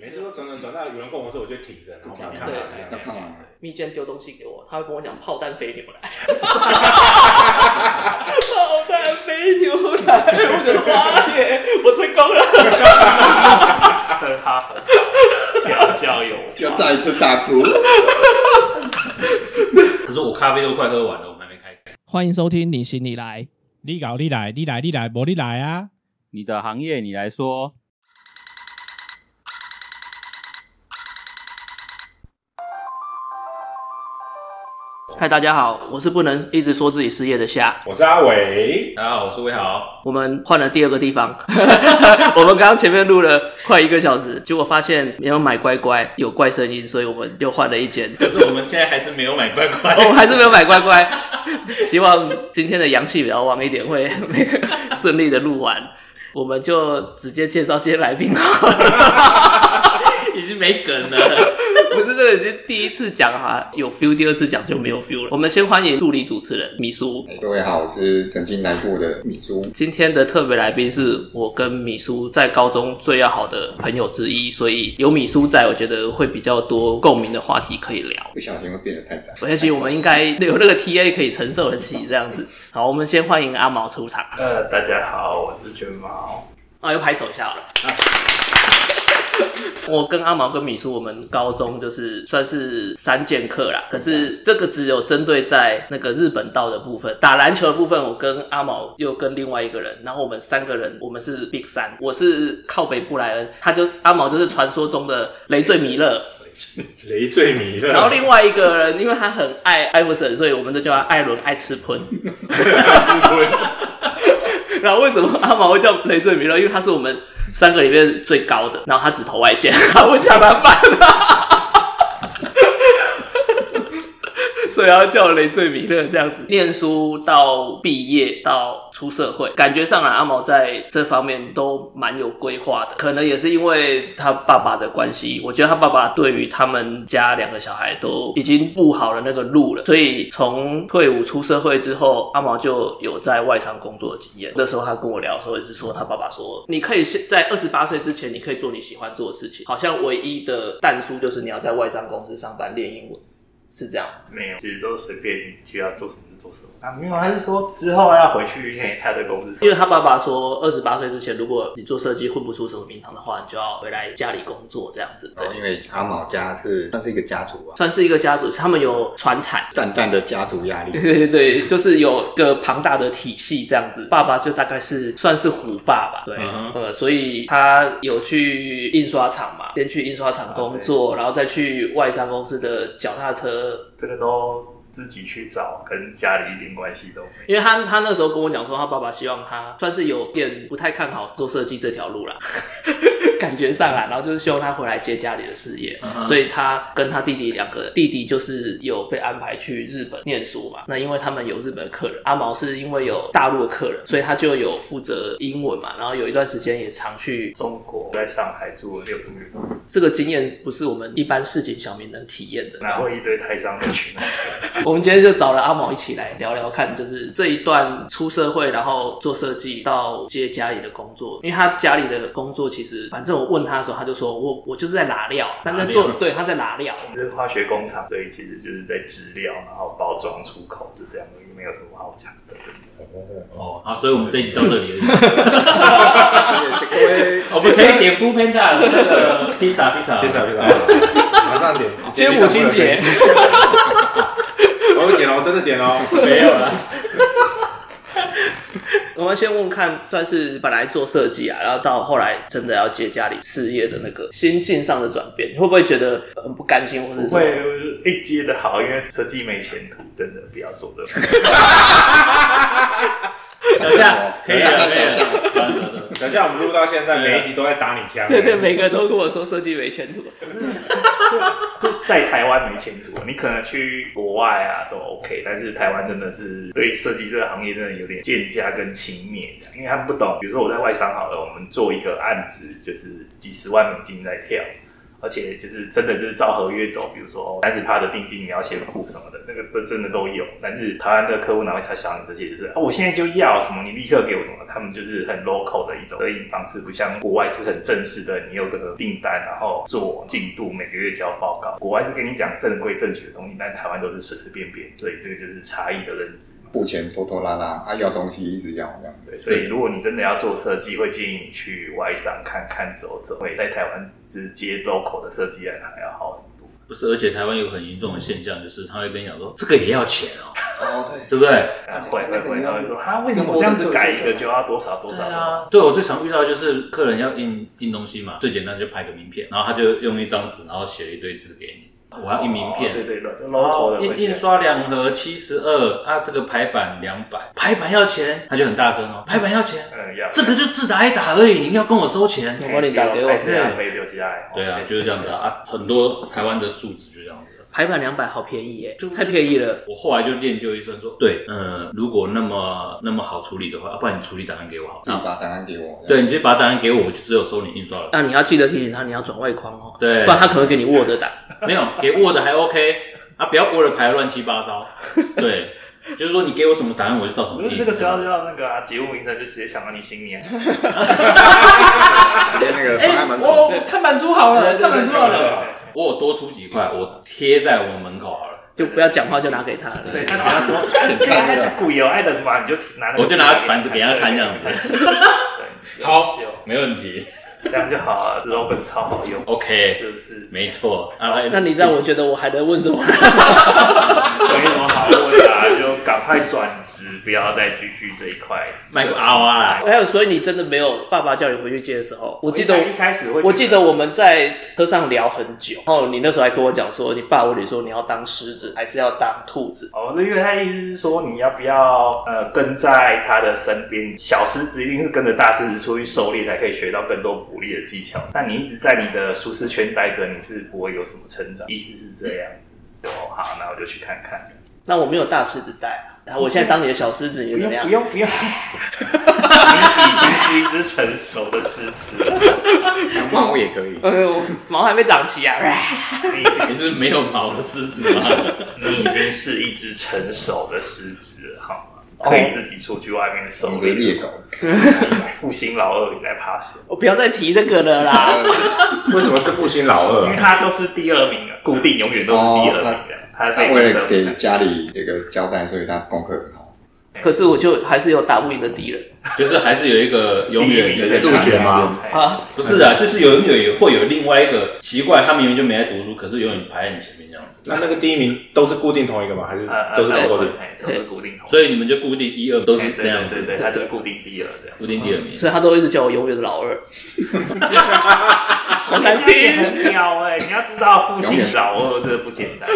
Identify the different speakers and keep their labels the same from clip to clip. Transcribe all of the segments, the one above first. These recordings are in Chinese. Speaker 1: 转转转到有人跟我说，我就停着，然后把它看
Speaker 2: 对
Speaker 3: 哎
Speaker 1: 完。
Speaker 2: 要看完
Speaker 1: 完。
Speaker 2: 蜜饯丢东西给我，他会跟我讲炮弹飞牛奶，炮弹飞牛奶，我觉得哇耶，我成功了。
Speaker 4: 呵哈呵哈，调教有。
Speaker 1: 对
Speaker 2: 要
Speaker 4: 我。
Speaker 1: 啊再
Speaker 2: 再
Speaker 1: 一次 大哭。
Speaker 4: 可是我咖啡都快喝完了，我们还没开始。
Speaker 2: 欢迎收听你行你来，
Speaker 5: 你搞你来，你来你来，无你来啊！
Speaker 6: 你的行业你来说，
Speaker 2: 嗨，大家好，我是不能一直说自己失业的虾，
Speaker 1: 啊我是阿伟，
Speaker 4: 大家好，我是魏豪。
Speaker 2: 我们换了第二个地方， 我们刚刚前面录了快一个小时，结果发现没有买乖乖，有怪声音，所以我们又换了一间。
Speaker 4: 可是我们现在还是没有买乖 乖。
Speaker 2: 我们还是没有买乖乖，希望今天的阳气比较旺一点，会 顺利的录完。我们就直接介绍今天来宾好了，
Speaker 4: 已经没梗了。
Speaker 2: 不是这个已经第一次讲哈，有 feel，第二次讲就没有 feel 了。我们先欢迎助理主持人米叔。
Speaker 3: 哎各位好，我是曾经来过的米珠。
Speaker 2: 今天的特别来宾是我跟米叔在高中最要好的朋友之一，所以有米叔在，我觉得会比较多共鸣的话题可以聊。
Speaker 3: 不小心会变得太窄。
Speaker 2: 而且我们应该有那个 TA 可以承受得起这样子。好，我们先欢迎阿毛出场。
Speaker 4: 呃，大家好，我是卷毛。
Speaker 2: 啊，又拍手一下好了。 我跟阿毛跟米叔，我们高中就是算是三剑客啦。可是这个只有针对在那个日本道的部分，打篮球的部分，我跟阿毛又跟另外一个人，然后我们三个人，我们是 Big 三，我是靠北布莱恩，他就阿毛就是传说中的累赘弥勒，
Speaker 1: 累赘迷
Speaker 2: 然后
Speaker 1: 了，
Speaker 2: 另外一个人，因为他很爱艾弗森，所以我们都叫他艾伦爱吃喷。 然后为什么阿毛会叫累赘弥勒？因为他是我们三个里面最高的，然后他只投外线， 他不抢篮板，所以要叫累赘弥勒这样子。念书到毕业到出社会，感觉上来啊阿毛在这方面都蛮有规划的。可能也是因为他爸爸的关系，我觉得他爸爸对于他们家两个小孩都已经布好了那个路了，所以从退伍出社会之后，阿毛就有在外商工作的经验。那时候他跟我聊的时候，也是说他爸爸说，你可以现在二十八岁之前，你可以做你喜欢做的事情，好像唯一的淡书就是你要在外商公司上班练英文，是这样。
Speaker 4: 没有，其实都随便你需要做什么就做什么啊。没有，他是说之后要回去看一下这公司。
Speaker 2: 因为他爸爸说，二十八岁之前，如果你做设计混不出什么名堂的话，你就要回来家里工作这样子。对
Speaker 3: 然后，哦因为阿毛家是算是一个家族啊，
Speaker 2: 算是一个家族，他们有传产。
Speaker 3: 淡淡的家族压力。
Speaker 2: 对对对，就是有个庞大的体系这样子。爸爸就大概是算是虎爸吧，对，
Speaker 4: 嗯
Speaker 2: 呃，所以他有去印刷厂嘛，先去印刷厂工作，然后再去外商公司的脚踏车
Speaker 4: 这个都自己去找，跟家里一点关系都没
Speaker 2: 因
Speaker 4: 有。
Speaker 2: 为他他那时候跟我讲说，他爸爸希望他算是有点不太看好做设计这条路啦， 感觉上来，然后就是希望他回来接家里的事业
Speaker 4: 嗯哼
Speaker 2: 所以他跟他弟弟两个弟弟就是有被安排去日本念书嘛。那因为他们有日本的客人，阿毛是因为有大陆的客人，所以他就有负责英文嘛，然后有一段时间也常去
Speaker 4: 中国在上海住了六个月，
Speaker 2: 这个经验不是我们一般市井小民能体验的。
Speaker 4: 哪会一堆台商的去 那？
Speaker 2: 我们今天就找了阿毛一起来聊聊看，就是这一段出社会，然后做设计到接家里的工作，因为他家里的工作其实，反正我问他的时候，他就说我我就是在拿料，但在做
Speaker 1: 拿料
Speaker 2: 对他在拿料，
Speaker 4: 我们是化学工厂，所以其实就是在制料，然后包装出口，就这样，因为没有什么好讲的。真的
Speaker 6: 哦，好，所以我们这一集到这里而 已。
Speaker 3: 各 位，
Speaker 6: 我们可以点 Food Panda 的那个 pizza pizza
Speaker 1: 别吵别吵，啊马上点。
Speaker 2: 接母亲节，
Speaker 1: 我点了，我真的点哦了，没有了。
Speaker 2: 我们先问看，算是本来做设计啊，然后到后来真的要接家里事业的那个心境上的转变，你会不会觉得很不甘心，或者
Speaker 4: 不
Speaker 2: 是什么
Speaker 4: 会一接的好，因为设计没前途，真的不要做这个。
Speaker 3: 等一下
Speaker 6: 可以啊
Speaker 1: 啊
Speaker 6: 了，可以了算了，算了
Speaker 1: 等一下我们录到现在，
Speaker 6: 啊
Speaker 1: 每一集都在打你枪。
Speaker 2: 对对，每个都跟我说设计没前途，
Speaker 4: 在台湾没前途，你可能去国外啊都 OK，但是台湾真的是对设计这个行业真的有点贱价跟轻蔑这样，因为他们不懂。比如说我在外商好了，我们做一个案子就是几十万美金在跳，而且就是真的就是照合约走，比如说哦三十趴的定金你要先付什么的，那个都真的都有。但是台湾的客户哪会才想你这些？就是啊，我现在就要什么，你立刻给我什么。他们就是很 local 的一种合营方式，不像国外是很正式的，你有各种订单，然后做进度，每个月交报告。国外是跟你讲正规正确的东西，但台湾都是随随便便，所以这个就是差异的认知。
Speaker 3: 付钱拖拖拉拉啊，要东西一直要这样。
Speaker 4: 对，所以如果你真的要做设计，会建议你去外商看看走走，会在台湾就是接 local 的设计案还要好很多。
Speaker 6: 不是，而且台湾有很严重的现象，就是他会跟你讲说，这个也要钱 哦，
Speaker 3: 哦，对，
Speaker 6: 对不对？
Speaker 4: 啊会会会，他会说啊，为什么我这啊样子改一个就要多少多少？
Speaker 2: 啊
Speaker 4: 多少，
Speaker 6: 对我最常遇到就是客人要印印东西嘛，最简单就拍个名片，然后他就用一张纸，然后写一堆字给你，我要印名片，
Speaker 4: 哦对对对就
Speaker 6: 然
Speaker 4: ，local
Speaker 6: 后
Speaker 4: 的会
Speaker 6: 印
Speaker 4: 这
Speaker 6: 印
Speaker 4: 样
Speaker 6: 刷两盒七十二啊，这个排版两百，排版要钱，他就很大声哦，排版要钱，
Speaker 4: 嗯要
Speaker 6: 这个就自打一打而已，你要跟我收钱？
Speaker 2: 我帮你打给我
Speaker 4: 还是要飞留下来。
Speaker 6: 对啊，
Speaker 4: 哦
Speaker 6: 就是这样子啊，啊很多台湾的素质就这样子。
Speaker 2: 排版两百好便宜耶
Speaker 6: 就，
Speaker 2: 太便宜了。
Speaker 6: 我后来就练就一身说，对，嗯，如果那么那么好处理的话，要、啊不然你处理档案给我好
Speaker 3: 自己
Speaker 6: 了。
Speaker 3: 把答案给我。
Speaker 6: 对，你直接把档案给我，我就只有收你印刷 了。
Speaker 2: 那你要记得提醒他，你要转外框哦，
Speaker 6: 对
Speaker 2: 不然他可能会给你 Word 档。
Speaker 6: 没有给 Word 还 OK 啊，不要 Word 排得乱七八 糟。对，就是说你给我什么档案，我就照什么
Speaker 4: 不是
Speaker 6: 印。
Speaker 4: 这个时候就要那个啊，节目名称就直接想到你新年，
Speaker 3: 直接那
Speaker 2: 哎
Speaker 3: 个放在门口，
Speaker 6: 我看板出好了，看板出好
Speaker 4: 了。
Speaker 6: 我有多出几块，我贴在我门口好了，
Speaker 2: 就不要讲话，就拿给他了。
Speaker 4: 对，他只要说，哎 这个爱的鬼哦，爱的嘛，你就拿那个，
Speaker 6: 我就拿板子给他看这样子。
Speaker 4: 对，
Speaker 6: 好
Speaker 4: 优秀
Speaker 6: 没问题
Speaker 4: 这样就好了，之后本超好用，
Speaker 6: ，OK，
Speaker 4: 是不是？
Speaker 6: 没错啊。
Speaker 2: 那你这样，我觉得我还能问什么？
Speaker 4: 没什么好问的、啊，就赶快转职，不要再继续这一块。
Speaker 6: 卖过阿哇啦，
Speaker 2: 还有，所以你真的没有爸爸叫你回去接的时候，我记得
Speaker 4: 一开始会，
Speaker 2: 我记得我们在车上聊很久，然后你那时候还跟我讲说，你爸问你说你要当狮子还是要当兔子？
Speaker 4: 哦，那因为他意思是说，你要不要呃跟在他的身边？小狮子一定是跟着大狮子出去狩猎，才可以学到更多捕猎的技巧。那你一直在你的舒适圈待着，你是不会有什么成长。意思是这样子。哦，好，那我就去看看。
Speaker 2: 那我没有大狮子带啊，然后我现在当你的小狮子，你又
Speaker 4: 不
Speaker 2: 怎
Speaker 4: 用
Speaker 2: 么样
Speaker 4: 不？用不用， 你已经是一只成熟的狮子了，
Speaker 3: 养猫也可以。
Speaker 2: 哎呦，毛还没长齐啊！
Speaker 4: 你已经
Speaker 6: 你是没有毛的狮子吗？
Speaker 4: 你已经是一只成熟的狮子了，好
Speaker 2: 哦
Speaker 4: 吗？可以自己出去外面狩
Speaker 3: 你这
Speaker 4: 猎。
Speaker 3: 猎狗，
Speaker 4: 复兴老二，你在怕什么？
Speaker 2: 我不要再提这个了啦。
Speaker 1: 为什么是复兴老二
Speaker 4: 因为
Speaker 1: 啊？
Speaker 4: 他都是第二名啊，固定永远都是第二
Speaker 6: 哦
Speaker 4: 名的。他
Speaker 3: 他
Speaker 4: 在
Speaker 3: 为
Speaker 4: 生
Speaker 3: 了给家里这个交代，所以他功课很好。
Speaker 2: 可是我就还是有打不赢的敌人
Speaker 6: 就是还是有一个永远
Speaker 4: 你
Speaker 3: 有
Speaker 4: 在
Speaker 3: 数学吗？
Speaker 2: 啊！
Speaker 6: 不是啊，就是有永远会有另外一个奇怪，他明明就没在读书，可是永远排在你前面这样子，
Speaker 1: 那那个第一名都是固定同一个吗？还是
Speaker 4: 呃，
Speaker 1: 都是
Speaker 4: 对
Speaker 1: 固定？
Speaker 4: 对都是固定头，
Speaker 6: 所以你们就固定一二都是
Speaker 4: 对
Speaker 6: 那样
Speaker 4: 对
Speaker 6: 子
Speaker 4: 对，对，他就是固定第二 这样。
Speaker 6: 固定第二名。
Speaker 2: 所以他都一直叫我永远的老二，好难
Speaker 4: 这也
Speaker 2: 听，
Speaker 4: 哎很屌哎！你要知道，复兴老二这不简单，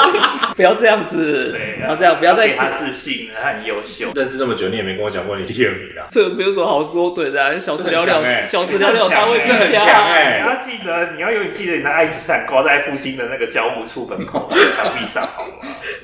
Speaker 2: 不要这样子，
Speaker 4: 对，啊
Speaker 2: 不要这样，不要再
Speaker 4: 给他自信了，他很优秀。
Speaker 1: 认识这么久，你也没跟我讲过你第二名啊？
Speaker 2: 这没有什么好说嘴的、啊，小事了
Speaker 1: 这很强欸
Speaker 2: 了，小事了了，
Speaker 4: 这很强
Speaker 2: 大卫
Speaker 4: 欸
Speaker 2: 之
Speaker 4: 这
Speaker 1: 很
Speaker 2: 家
Speaker 1: 强哎
Speaker 4: 你要记得，你要永远记得你的爱因斯坦挂在复兴的那个交互处门口的墙壁上，好吗？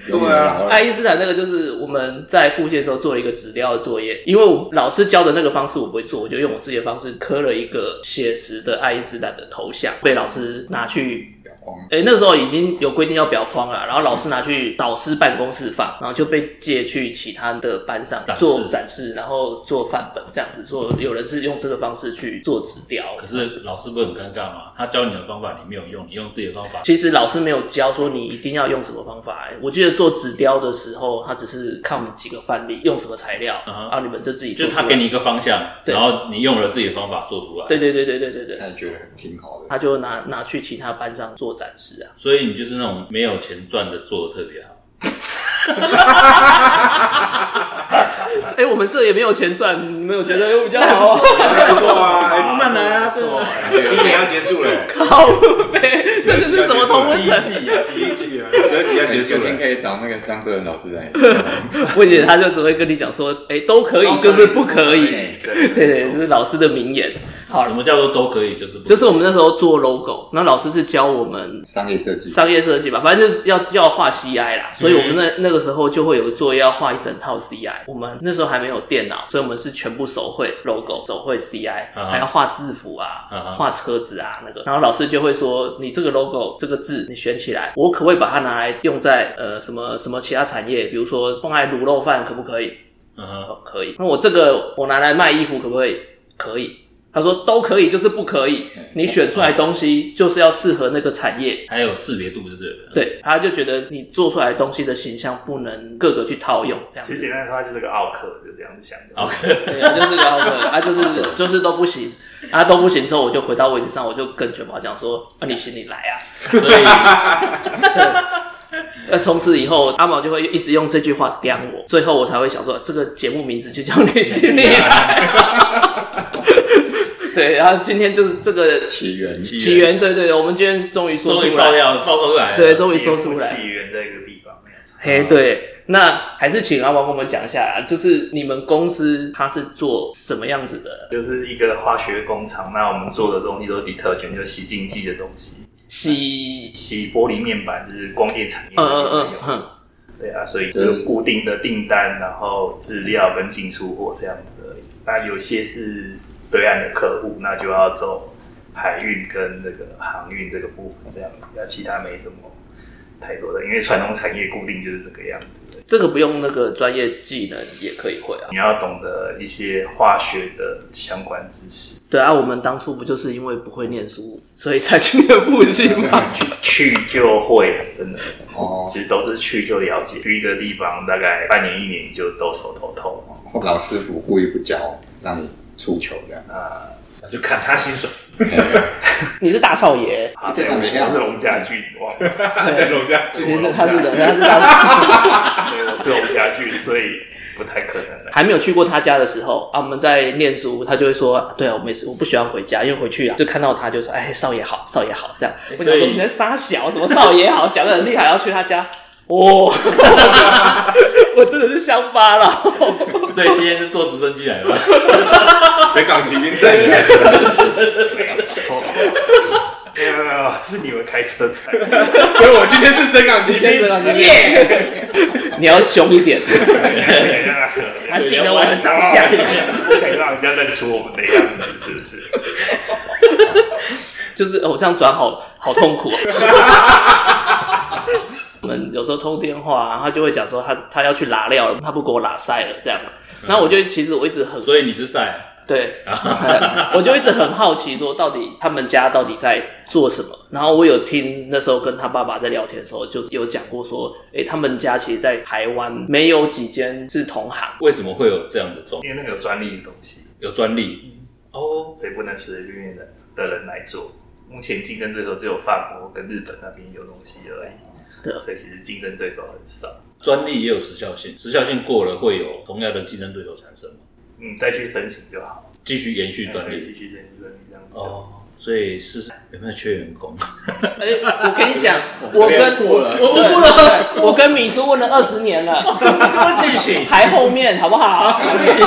Speaker 3: 永远老二
Speaker 2: 爱因斯坦那个就是我们在复习的时候做了一个纸雕的作业，因为我老师教的那个方式我不会做，我就用我自己的方式刻了一个写实的爱因斯坦的头像，被老师拿去。
Speaker 3: 表光，
Speaker 2: 哎、那时候已经有规定要裱框了，然后老师拿去导师办公室放，然后就被借去其他的班上
Speaker 6: 展示
Speaker 2: 做展示，然后做范本这样子。说有人是用这个方式去做纸雕，
Speaker 6: 可是老师不是很尴尬吗？他教你的方法你没有用，你用自己的方法。
Speaker 2: 其实老师没有教说你一定要用什么方法、欸我记得做纸雕的时候，他只是看我们几个范例，用什么材料，
Speaker 6: 嗯哼
Speaker 2: 然后你们啊就自己
Speaker 6: 就
Speaker 2: 做
Speaker 6: 是
Speaker 2: 出来
Speaker 6: 他给你一个方向，
Speaker 2: 对
Speaker 6: 然后你用了自己的方法做出来，
Speaker 2: 对对对对对对对，
Speaker 3: 他也觉得挺好的。
Speaker 2: 他就拿拿去其他班上做展示啊。
Speaker 6: 所以你就是那种没有钱赚的做的特别好。
Speaker 2: 哎、我们这也没有钱赚，你们有觉得比较好啊？
Speaker 1: 没错啊，哎，
Speaker 6: 慢来啊，这
Speaker 1: 第一年要结 束了，
Speaker 2: 好呗，这就是什么同温层？
Speaker 1: 季啊，第一季啊，十二集要结
Speaker 3: 哎有
Speaker 1: 束
Speaker 3: 天
Speaker 1: 了。
Speaker 3: 可以找那个张哲仁老师来。可
Speaker 2: 我姐他就只会跟你讲说，哎、都可以，就是不可以。
Speaker 3: 以。
Speaker 2: 对对，这是老师的名言。好
Speaker 6: 什么叫做都可以，就是不
Speaker 2: 就是我们那时候做 logo，那老师是教我们
Speaker 3: 商业设计，
Speaker 2: 商业设计吧，反正就是要要画 CI 啦，所以我
Speaker 6: 嗯
Speaker 2: 们那那个时候就会有个作业要画一整套 CI。我们那时候还没有电脑，所以我们是全部手绘 logo、手绘 CI，
Speaker 6: 啊哈
Speaker 2: 还要画制服啊
Speaker 6: 啊哈、
Speaker 2: 画车子啊那个。然后老师就会说，你这个 logo 这个字你选起来，我可不可以把它拿来用在呃什么什么其他产业，比如说放在卤肉饭可不可以？
Speaker 6: 嗯哼，
Speaker 2: 哦，可以。那我这个我拿来卖衣服可不可以？可以。他说都可以，就是不可以
Speaker 3: 嗯。
Speaker 2: 你选出来东西就是要适合那个产业。
Speaker 6: 还有识别度就对了。，
Speaker 2: 对，他就觉得你做出来的东西的形象不能各个去套用，这样
Speaker 4: 其
Speaker 2: 子
Speaker 4: 实。简单的话就是个奥克，就这样子想的。
Speaker 6: OK，
Speaker 2: 对啊，就是然后对 啊，就是就是都不行，啊都不行之后，我就回到位置上，我就跟卷毛讲说，啊你行你来 啊。
Speaker 6: 所以
Speaker 2: 那从此以后，阿毛就会一直用这句话刁我，最后我才会想说，这个节目名字就叫你行你来。 对，然后今天就是这个
Speaker 3: 起源
Speaker 6: 起
Speaker 2: 起源，对对对，我们今天终于说
Speaker 6: 终于
Speaker 2: 出
Speaker 6: 爆
Speaker 2: 来，
Speaker 6: 料爆出来了，
Speaker 2: 对，终于说出来。
Speaker 4: 起源在一个地方，没有错。
Speaker 2: 嘿，对，那还是请阿毛跟我们讲一下啦，就是你们公司它是做什么样子的？
Speaker 4: 就是一个化学工厂，那我们做的东西都是 detergent，就是洗净剂的东西，
Speaker 2: 洗，
Speaker 4: 洗玻璃面板，就是光电产业
Speaker 2: 嗯
Speaker 4: 那
Speaker 2: 嗯
Speaker 4: 边
Speaker 2: 嗯
Speaker 4: 有。
Speaker 2: 嗯，
Speaker 4: 对啊，所以就是固定的订单，然后资料跟进出货这样子而已。那有些是对岸的客户，那就要走海运跟那个航运这个部分这样子，那其他没什么太多的，因为传统产业固定就是这个样子。
Speaker 2: 这个不用那个专业技能也可以会啊。
Speaker 4: 你要懂得一些化学的相关知识，
Speaker 2: 对啊，我们当初不就是因为不会念书，所以才去念复兴吗？
Speaker 4: 去就会了，真的。
Speaker 3: 哦，
Speaker 4: 其实都是去就了解，去一个地方大概半年一年你就都熟透透了。
Speaker 3: 老师傅故意不教，让你出糗这样。
Speaker 6: 那就砍他薪水。
Speaker 3: 哎
Speaker 2: 你是大少爷，
Speaker 4: 啊
Speaker 3: 这个没看
Speaker 4: 我是龙家俊，哇，
Speaker 2: 对，
Speaker 1: 龙家俊
Speaker 2: 其实他是的，他是大，
Speaker 4: 对，我是龙家俊，所以不太可能的。
Speaker 2: 还没有去过他家的时候啊，我们在念书，他就会说，啊对啊，我每次我不喜欢回家，因为回去啊就看到他就说，哎，少爷好，少爷好这样。我想
Speaker 6: 所
Speaker 2: 说
Speaker 6: 以
Speaker 2: 你在撒小什么少爷好， 讲的很厉害，然后去他家，哦， 我真的是乡巴佬。
Speaker 6: 所以今天是坐直升机来的吗，
Speaker 1: 神港骑兵 阵，
Speaker 4: 没有没有没有，是你们开车在。
Speaker 1: 所以我今天是神港骑兵。
Speaker 2: 你要凶一点，
Speaker 4: 不
Speaker 2: 还记得我的长相。
Speaker 4: 可以让人家认出我们的样子，是不是？
Speaker 2: 就是偶像转好好痛苦、哦。 我们有时候通电话、啊，他就会讲说他他要去拉料了，他不给我拉塞了这样。然后我就其实我一直很
Speaker 6: 所以你是赛，
Speaker 2: 对， 我就一直很好奇说到底他们家到底在做什么。然后我有听那时候跟他爸爸在聊天的时候，就是有讲过说，诶、他们家其实，在台湾没有几间是同行。
Speaker 6: 为什么会有这样的状？
Speaker 4: 因为那个有专利的东西，
Speaker 6: 有专利哦，
Speaker 4: 所以不能随随便便的的人来做。目前竞争对手只有法国跟日本那边有东西而
Speaker 2: 对
Speaker 4: 已，所以其实竞争对手很少。
Speaker 6: 专利也有时效性，时效性过了会有同样的竞争对手产生吗？
Speaker 4: 嗯，再去申请就好。
Speaker 6: 继续延续专
Speaker 4: 对
Speaker 6: 利
Speaker 4: 继续申请专利这样子。
Speaker 6: 哦，所以是有没有缺员工？
Speaker 2: 诶、我跟你讲， 我跟
Speaker 3: 过了
Speaker 2: 我问了，我跟米叔问了二十年 了。
Speaker 6: 对不起，
Speaker 2: 排后面好不好？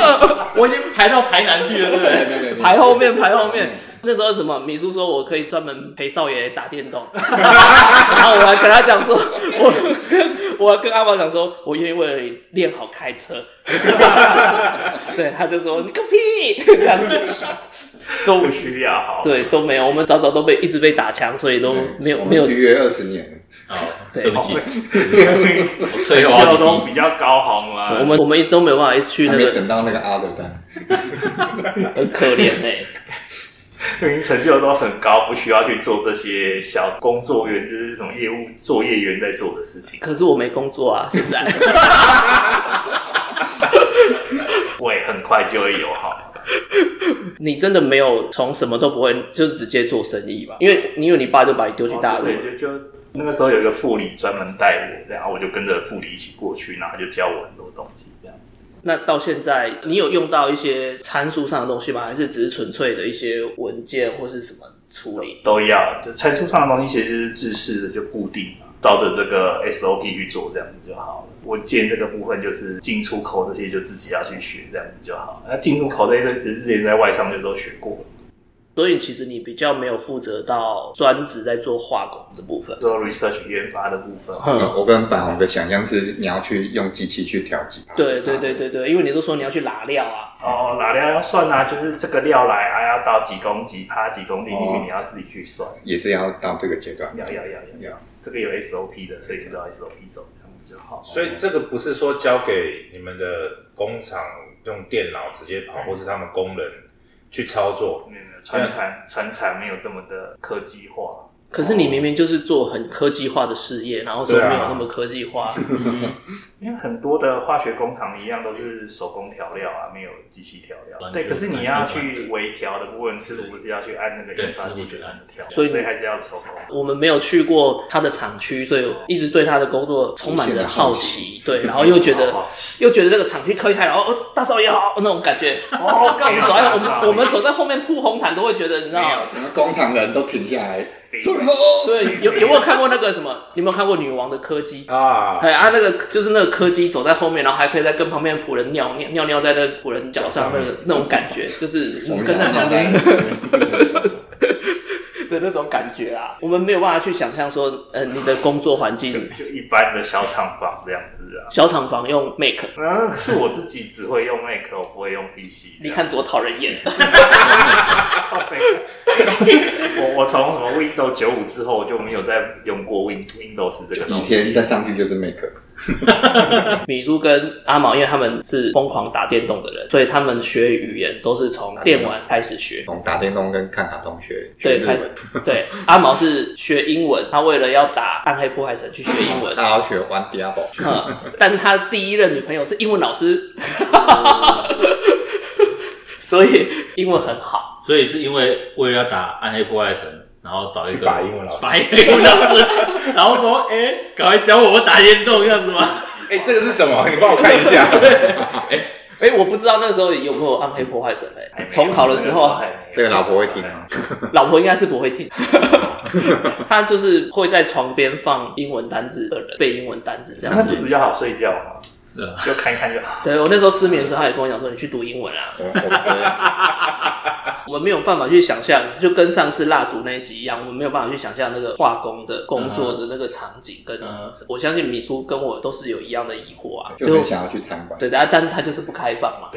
Speaker 6: 我已经排到台南去了，对不
Speaker 3: 对
Speaker 6: 对？
Speaker 3: 对 对对，
Speaker 2: 排后面，排后面。那时候什么，米叔说我可以专门陪少爷打电 动，然后我还跟他讲说，我我还跟阿宝讲说，我愿意为了你练好开 车。对，他就说你个屁，这样子都
Speaker 4: 不需要好。
Speaker 2: 对都没有，我们早早都被一直被打枪，所以都
Speaker 3: 对
Speaker 2: 没有
Speaker 3: 我们
Speaker 2: 没有
Speaker 3: 预约二十年，
Speaker 6: 哦，
Speaker 2: 对
Speaker 6: 对不起，
Speaker 4: 对，
Speaker 6: 我最后
Speaker 4: 交
Speaker 6: 要
Speaker 4: 通
Speaker 6: 提
Speaker 4: 比较高好吗？
Speaker 2: 我们我们都没有办法一直去
Speaker 3: 还
Speaker 2: 那
Speaker 3: 没
Speaker 2: 个
Speaker 3: 等到那个阿德蛋，
Speaker 2: 很可怜哎、
Speaker 4: 明明成就都很高，不需要去做这些小工作员，就是这种业务作业员在做的事情。
Speaker 2: 可是我没工作啊，现 在
Speaker 4: 会很快就会有好。
Speaker 2: 你真的没有从什么都不会，就直接做生意吧？因为你因为你爸就把你丢去大陆了
Speaker 4: 对，。就就那个时候有一个副理专门带我，然后我就跟着副理一起过去，然后他就教我很多东西，这样。
Speaker 2: 那到现在，你有用到一些参数上的东西吗？还是只是纯粹的一些文件或是什么处理？
Speaker 4: 都要，就参数上的东西其实就是制式的，就固定嘛，照着这个 SOP 去做，这样子就好了。我建这个部分就是进出口这些就自己要去学，这样子就好了。那进出口这些其实之前在外商就都学过了，
Speaker 2: 所以其实你比较没有负责到专职在做化工这部分。
Speaker 4: 做 research 研发的部分。
Speaker 2: 嗯，
Speaker 3: 我跟板红的想象是，你要去用机器去调几趴。
Speaker 2: 对对对对对，因为你都说你要去拿料啊，
Speaker 4: 哦，哪料要算啊？就是这个料来啊，要到几公几趴几公斤里
Speaker 3: 哦
Speaker 4: 面，你要自己去算。
Speaker 3: 也是要到这个阶段。
Speaker 4: 要要要要要，这个有 SOP 的，所以你知道 SOP 走这样子就好。
Speaker 1: 所以这个不是说交给你们的工厂用电脑直接跑，或是他们工人去操作。
Speaker 4: 没有没有，传
Speaker 1: 啊
Speaker 4: 产传产没有这么的科技化。
Speaker 2: 可是你明明就是做很科技化的事业，然后说
Speaker 1: 对啊
Speaker 2: 没有那么科技化，嗯
Speaker 4: 因为很多的化学工厂一样都是手工调料啊，没有机器调料。
Speaker 6: 反
Speaker 4: 对，
Speaker 6: 正
Speaker 4: 可是你要去
Speaker 6: 反
Speaker 4: 微调的部分，师傅不是要去按那个
Speaker 6: 对
Speaker 4: 印刷
Speaker 6: 师
Speaker 4: 机
Speaker 6: 傅
Speaker 4: 去
Speaker 6: 去
Speaker 4: 按
Speaker 6: 按
Speaker 4: 着调，
Speaker 2: 所
Speaker 4: 所
Speaker 2: 以
Speaker 4: 以还是要手工。
Speaker 2: 我们没有去过他的厂区，所以一直对他的工作充满着好奇，对，然后又觉得
Speaker 4: 哦
Speaker 2: 又觉得那个厂区推开，然后哦大少爷好那种感觉。
Speaker 4: 哦，
Speaker 2: 干我们走在我
Speaker 4: 大
Speaker 2: 们
Speaker 4: 少爷
Speaker 2: 我们走在后面铺红毯都会觉得你知道
Speaker 4: 没
Speaker 2: 吗
Speaker 4: 有？
Speaker 3: 整个工厂人都停下来，
Speaker 4: 非
Speaker 3: 最后
Speaker 2: 对，有有没有看过那个什么？你有没有看过女王的柯基？
Speaker 1: 啊，
Speaker 2: 哎啊，那个就是那个柯基走在后面，然后还可以在跟旁边的仆人尿尿尿尿在那个仆人脚上，那个那种感 觉，就是我们跟在旁边 的那种感觉啊。我们没有办法去想象说，呃，你的工作环境
Speaker 4: 就一般的小厂房这样子啊。
Speaker 2: 小厂房用 Make，
Speaker 4: 嗯，是我自己只会用 Mac，我不会用 PC。
Speaker 2: 你看多讨人厌。
Speaker 4: 靠背， 我 我从什么 Windows 九五之后，我就没有再用过 Win Windows 这个
Speaker 3: 一
Speaker 4: 东
Speaker 3: 天再
Speaker 4: 西。
Speaker 3: 上去就是 make，
Speaker 2: 米珠跟阿毛，因为他们是疯狂打电动的人，所以他们学语言都是从电玩开始学。
Speaker 3: 从打电动跟看卡通学学
Speaker 2: 对，
Speaker 3: 日
Speaker 2: 开
Speaker 3: 文，
Speaker 2: 对，阿毛是学英文，他为了要打暗黑破坏神去学英文。
Speaker 3: 他要学玩 Diablo，
Speaker 2: 嗯，但是他第一任女朋友是英文老师， 所以英文很好。
Speaker 6: 所以是因为为了要打暗黑破坏神，然后找一个
Speaker 1: 去把英文老师
Speaker 6: 把英文老师，然后说，哎、赶快教我打电动这样子吗？
Speaker 1: 哎，这个是什么？你帮我看一下。
Speaker 2: 哎、我不知道那时候有没有暗黑破坏神嘞、
Speaker 4: 还没有
Speaker 2: 重考的时候，啊
Speaker 4: 还没有
Speaker 3: 这个老婆会听吗？
Speaker 2: 老婆应该是不会听， 他就是会在床边放英文单字的人，背英文单字这样
Speaker 4: 那
Speaker 2: 子。
Speaker 4: 不是比较好睡觉吗？
Speaker 6: 对啊
Speaker 4: 就看一看就 好。
Speaker 2: 对我那时候失眠的时候，他也跟我讲说：“你去读英文啊。
Speaker 3: 我我们这样，”
Speaker 2: 我们没有办法去想象，就跟上次蜡烛那一集一样，我们没有办法去想象那个化工的
Speaker 3: 嗯
Speaker 2: 工作的那个场景。跟
Speaker 6: 嗯
Speaker 2: 我相信米叔跟我都是有一样的疑惑啊，
Speaker 3: 就很想要去参观。
Speaker 2: 对，但但他就是不开放嘛，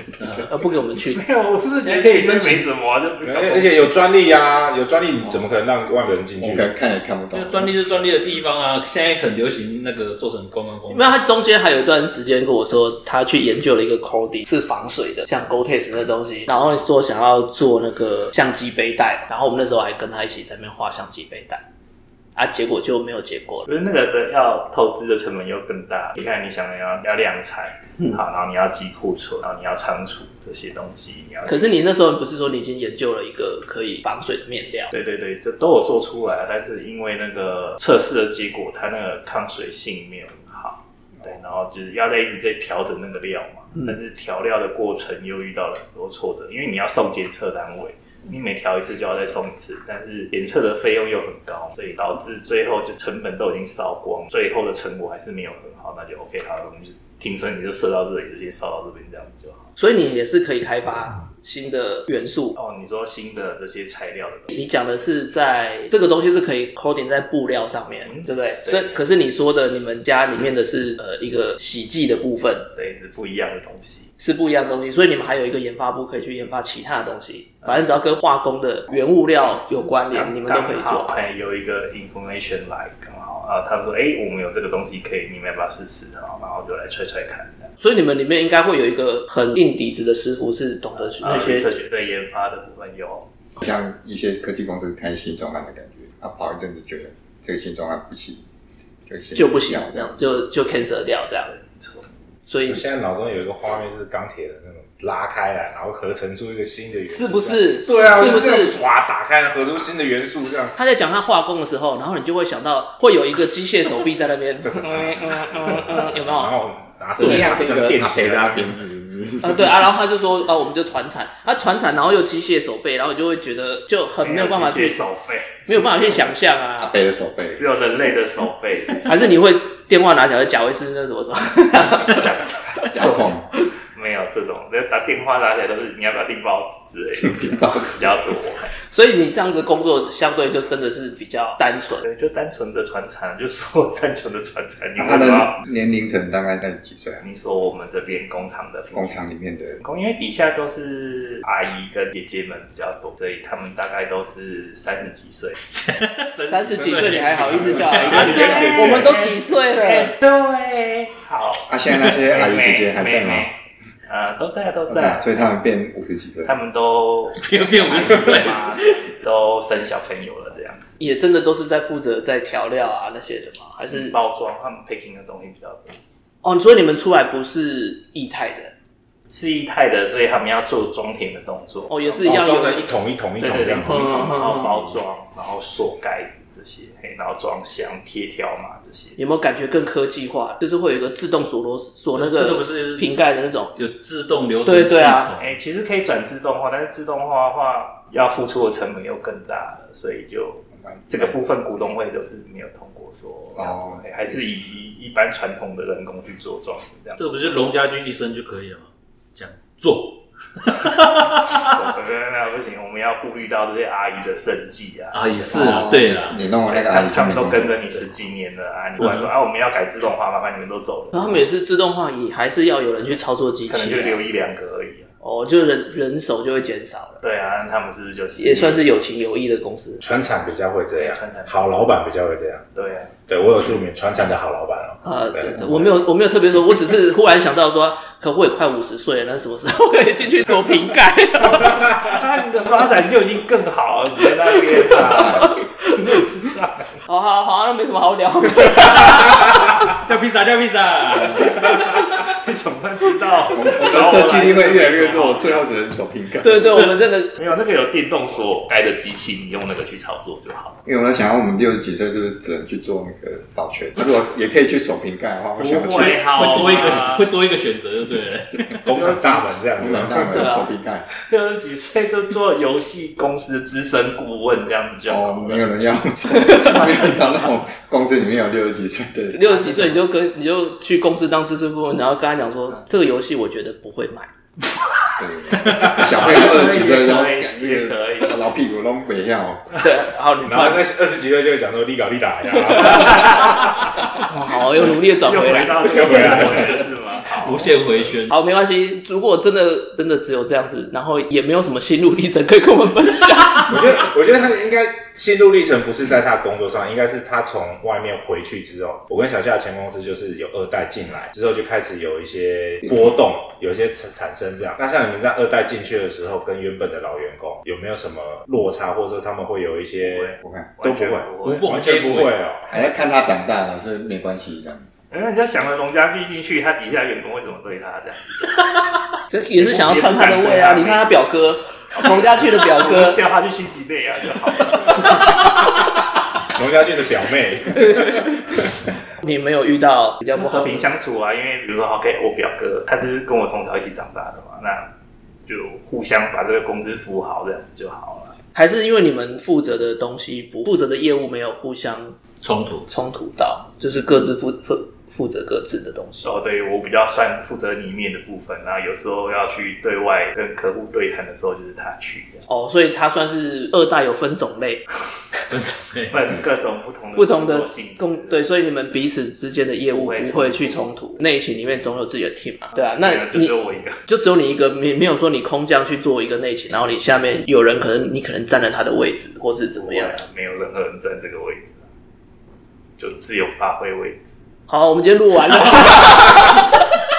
Speaker 2: 呃，不给我们 去。
Speaker 4: 没有，我不是觉得
Speaker 1: 可以申请
Speaker 4: 没什么啊，就不
Speaker 2: 哎
Speaker 4: 想
Speaker 1: 而且有专利啊，有专利怎么可能让外国人进
Speaker 3: 我
Speaker 1: 去
Speaker 3: 可？能看也看不
Speaker 6: 因
Speaker 3: 懂
Speaker 6: 为。专利是专利的地方啊，现在很流行那个做成观光工
Speaker 2: 没有，他中间还有一段时间跟我说，他去研究了一个 coding 是防水的，像 Gore-Tex 那东西，然后说想要做那个相机背带，然后我们那时候还跟他一起在那边画相机背带，啊，结果就没有结果了。
Speaker 4: 可是那个的要投资的成本又更大。你看，你想要要量产，
Speaker 2: 嗯
Speaker 4: 好，然后你要积库存，然后你要仓储这些东西，你要
Speaker 2: 可是你那时候不是说你已经研究了一个可以防水的面料？
Speaker 4: 对对对，这都有做出来，但是因为那个测试的结果，它那个抗水性没有很好，对，然后就是要在一直在调整那个料嘛，但是调料的过程又遇到了很多挫折，因为你要送检测单位。你每调一次就要再送一次，但是检测的费用又很高，所以导致最后就成本都已经烧光，最后的成果还是没有很好，那就 OK 好了，我们就听说你就射到这里，就先烧到这边这样子就好。
Speaker 2: 所以你也是可以开发新的元素。
Speaker 4: 哦，你说新的这些材料的东西。
Speaker 2: 你讲的是在这个东西是可以 coding 在布料上面，
Speaker 4: 嗯
Speaker 2: 对不对？
Speaker 4: 对嗯
Speaker 2: 所以可是你说的你们家里面的是呃一个洗剂的部分，
Speaker 4: 对，是不一样的东西。
Speaker 2: 是不一样的东西，所以你们还有一个研发部可以去研发其他的东西，反正只要跟化工的原物料有关联，你们都可以
Speaker 4: 刚好
Speaker 2: 做。
Speaker 4: 哎，有一个 information 来，刚好啊，他们说，哎、我们有这个东西可以，你们要不要试试？然后，然后就来踹踹看。
Speaker 2: 所以你们里面应该会有一个很硬底子的师傅，是懂得
Speaker 4: 然
Speaker 2: 那
Speaker 4: 后设
Speaker 2: 啊些。
Speaker 4: 计啊对研发的部分有，
Speaker 3: 像一些科技公司开新专案的感觉，啊，跑一阵子觉得这个新专案不行，这个新
Speaker 2: 就不行
Speaker 3: 要，
Speaker 2: 这样就就 cancel 掉这样。
Speaker 4: 没错
Speaker 2: 所以
Speaker 1: 我现在脑中有一个画面是钢铁的那种拉开来，然后合成出一个新的元
Speaker 2: 是
Speaker 1: 素，
Speaker 2: 不？是？
Speaker 1: 对啊，
Speaker 2: 是不
Speaker 1: 我就是这？样哇，打开合出新的元素这样。
Speaker 2: 他在讲他化工的时候，然后你就会想到会有一个机械手臂在那边， 嗯嗯嗯嗯，有没有
Speaker 1: 然？后拿
Speaker 3: 是一样是一个
Speaker 1: 电
Speaker 3: 阿
Speaker 1: 起
Speaker 3: 肥
Speaker 1: 来
Speaker 3: 拉鞭 子，
Speaker 2: 啊，对啊，然后他就说啊，我们就传产，他传产，然后又机械手背，然后你就会觉得就很呃没有办法
Speaker 4: 去
Speaker 2: 去，
Speaker 4: 手背，
Speaker 2: 没有办法去想象
Speaker 3: 阿
Speaker 2: 啊。
Speaker 3: 肥的手背
Speaker 4: 只有人类的手背，
Speaker 2: 还是你会电话拿起来，贾维斯那什么什么？
Speaker 3: 遥控，
Speaker 4: 没有这这种，那打电话打起来都是你要不要订报纸之类的，
Speaker 3: 订报纸
Speaker 4: 比较多，
Speaker 2: 所以你这样子工作相对就真的是比较单纯。
Speaker 4: 对，就单纯的传产，就说单纯的传产，
Speaker 2: 啊
Speaker 4: 你
Speaker 3: 那他
Speaker 4: 知道，
Speaker 3: 的年龄层大概在几岁啊？
Speaker 4: 你说我们这边工厂的
Speaker 3: 工厂里面的
Speaker 4: 员工，因为底下都是阿姨跟姐姐们比较多，所以他们大概都是三十几岁。
Speaker 2: 三十几岁你还好意思叫阿姨？
Speaker 4: 对对对对
Speaker 2: 我们都几岁了？
Speaker 4: 哎，对，好，
Speaker 3: 啊，现在那 些阿姨姐姐还在
Speaker 4: 妹
Speaker 3: 吗？
Speaker 4: 妹呃，都在，都
Speaker 3: 都
Speaker 4: 在
Speaker 3: 在，，所以他们变五十几岁
Speaker 4: 他。们都
Speaker 6: 变变五十 岁，
Speaker 4: 都生小朋友了，这样
Speaker 2: 也真的都是在负责在调料啊那些的吗？还是
Speaker 4: 包装他们 picking 的东西比较多，
Speaker 2: 哦？所以你们出来不是液态的
Speaker 4: 是液态的，所以他们要做装填的动作。
Speaker 2: 哦，也是一
Speaker 1: 包
Speaker 2: 样
Speaker 1: 装成
Speaker 2: 有
Speaker 1: 一桶一桶一
Speaker 4: 对
Speaker 1: 桶
Speaker 4: 对
Speaker 1: 这
Speaker 4: 对，
Speaker 1: 样
Speaker 4: 然
Speaker 1: 吗。
Speaker 2: 嗯
Speaker 4: 后包装，然后锁盖这些，嘿，然后装箱、贴条码这些。
Speaker 2: 有没有感觉更科技化？就是会有一个自动锁螺丝锁那
Speaker 6: 这个
Speaker 2: 个
Speaker 6: 不是
Speaker 2: 瓶盖的那种，
Speaker 6: 有自动流
Speaker 2: 对
Speaker 6: 水系
Speaker 2: 对啊
Speaker 6: 统，
Speaker 4: 哎、其实可以转自动化，但是自动化的话要付出的成本又更大了，所以就这个部分股东会都是没有通过说这样子，
Speaker 3: 哦
Speaker 4: 嘿还是以一般传统的人工去做装这样子。
Speaker 6: 这个不是龙家军一生就可以了吗？这样做
Speaker 3: 啊
Speaker 4: 没有没有不行，我们要顾虑到这些阿姨的生计啊。
Speaker 6: 啊，也是
Speaker 3: 哦
Speaker 6: 啊，对啦，
Speaker 3: 你弄完那个阿姨啊嗯
Speaker 4: 他
Speaker 3: 就
Speaker 4: 们
Speaker 3: 没
Speaker 4: 都
Speaker 3: 工作
Speaker 4: 跟着你十几年了啊！你突然说啊，我们要改自动化，麻烦你们都走了，
Speaker 2: 然后他们也是自动化，也还是要有人去操作机器、
Speaker 4: 可能就留
Speaker 2: 啊，
Speaker 4: 一两个而已啊。
Speaker 2: 哦，就人人手就会减少了，
Speaker 4: 对啊，那他们是不是就是
Speaker 2: 也算是有情有义的公司。
Speaker 1: 船厂比较会这样
Speaker 4: 传产，
Speaker 1: 好老板比较会这样。
Speaker 4: 对啊？
Speaker 1: 对我有注明船厂的好老板哦。
Speaker 2: 啊，对
Speaker 1: 对
Speaker 2: 对我没有，我没有特别说，我只是忽然想到说，可我也快五十岁了，那什么时候可以进去锁瓶盖？
Speaker 4: 那啊你的发展就已经更好了，你在那边啊，你是啊
Speaker 2: 好哦好好，那没什么好聊。
Speaker 6: 叫披萨叫披萨，
Speaker 4: 你怎么知道？
Speaker 3: 我们的设计力会越来越弱，最后只能手平盖。
Speaker 2: 对对，我们真的
Speaker 4: 没有那个有电动锁盖的机器，你用那个去操作就好了。
Speaker 3: 因为我在想，我们六十几岁是不是只能去做那个保全？那如果也可以去手平盖的话，我想去
Speaker 4: 会好
Speaker 6: 啊会多一个
Speaker 4: 吗
Speaker 6: 会多一个选择，就对了。
Speaker 1: 工厂大门这样
Speaker 3: 工
Speaker 1: 子，
Speaker 3: 厂大门手平盖。
Speaker 4: 六十几岁就做游戏公司的资深顾问这样子就好
Speaker 3: 哦，
Speaker 4: 了。
Speaker 3: 没有人要，没有人要那种公司里面有六十几岁 的。
Speaker 2: 六十几岁，你就跟你就去公司当知识顾问，然后跟他讲
Speaker 4: 嗯
Speaker 2: 说，这个游戏我觉得不会 买，
Speaker 3: 对，小朋友二十几岁的时候，
Speaker 4: 也可以
Speaker 3: 感
Speaker 4: 也可以
Speaker 3: 觉老屁股都没要。
Speaker 2: 对，然后你
Speaker 1: 然后
Speaker 2: 爸
Speaker 1: 那二十几岁就会讲说你搞你打呀，
Speaker 2: 好又努力的转
Speaker 4: 又
Speaker 2: 回
Speaker 4: 回
Speaker 2: 来。
Speaker 4: 到
Speaker 1: 又回来
Speaker 4: 了是吗？好
Speaker 6: 无限回旋，
Speaker 2: 好，没关系。如果真的真的只有这样子，然后也没有什么心路历程可以跟我们分 享。
Speaker 1: 我觉得，我觉得他应该心路历程不是在他工作上，应该是他从外面回去之后，我跟小夏的前公司就是有二代进来之后就开始有一些波动，有一些产产生这样。那像你们在二代进去的时候，跟原本的老员工有没有什么落差，或者说他们会有一些
Speaker 3: 我看
Speaker 1: 都不会
Speaker 4: 完全
Speaker 6: 无缝
Speaker 1: 完全
Speaker 6: 接
Speaker 1: 不会
Speaker 6: 轨，
Speaker 1: 哦？
Speaker 3: 还要看他长大了，所以没关系这样。
Speaker 4: 因哎为你要想了农家进进去，他底下员工会怎么对他这样？
Speaker 2: 这也是想要穿他的位啊！你看他表哥，彭家俊的表
Speaker 4: 我们
Speaker 2: 哥，
Speaker 4: 调他去星级内啊就好了。
Speaker 1: 农家俊的表妹，
Speaker 2: 你没有遇到比较不
Speaker 4: 和
Speaker 2: 和
Speaker 4: 平
Speaker 2: 平？
Speaker 4: 相处啊，因为比如说，OK，我表哥他就是跟我从小一起长大的嘛，那就互相把这个工资服务好，这样子就好了。
Speaker 2: 还是因为你们负责的东西不负责的业务没有互相
Speaker 6: 冲突
Speaker 2: 冲突到，就是各自负负负责各自的东西。
Speaker 4: 哦，对我比较算负责里面的部分，然后有时候要去对外跟客户对谈的时候，就是他去这样，
Speaker 2: 哦，所以它算是二代有分种类，
Speaker 6: 分成
Speaker 4: 分各种不同
Speaker 2: 嗯
Speaker 4: 的
Speaker 2: 不同的
Speaker 4: 工作性质
Speaker 2: 共对，所以你们彼此之间的业务
Speaker 4: 不会
Speaker 2: 不会去冲突，内勤里面总有自己的 team 嘛，对啊，
Speaker 4: 对啊
Speaker 2: 那
Speaker 4: 就只
Speaker 2: 你
Speaker 4: 有我一个，
Speaker 2: 就只有你一个，没没有说你空降去做一个内勤，然后你下面有人可能你可能占了他的位置，或是怎么样
Speaker 4: 对啊？没有任何人站这个位置啊，就自由发挥位置。
Speaker 2: 好，我们今天录完 了，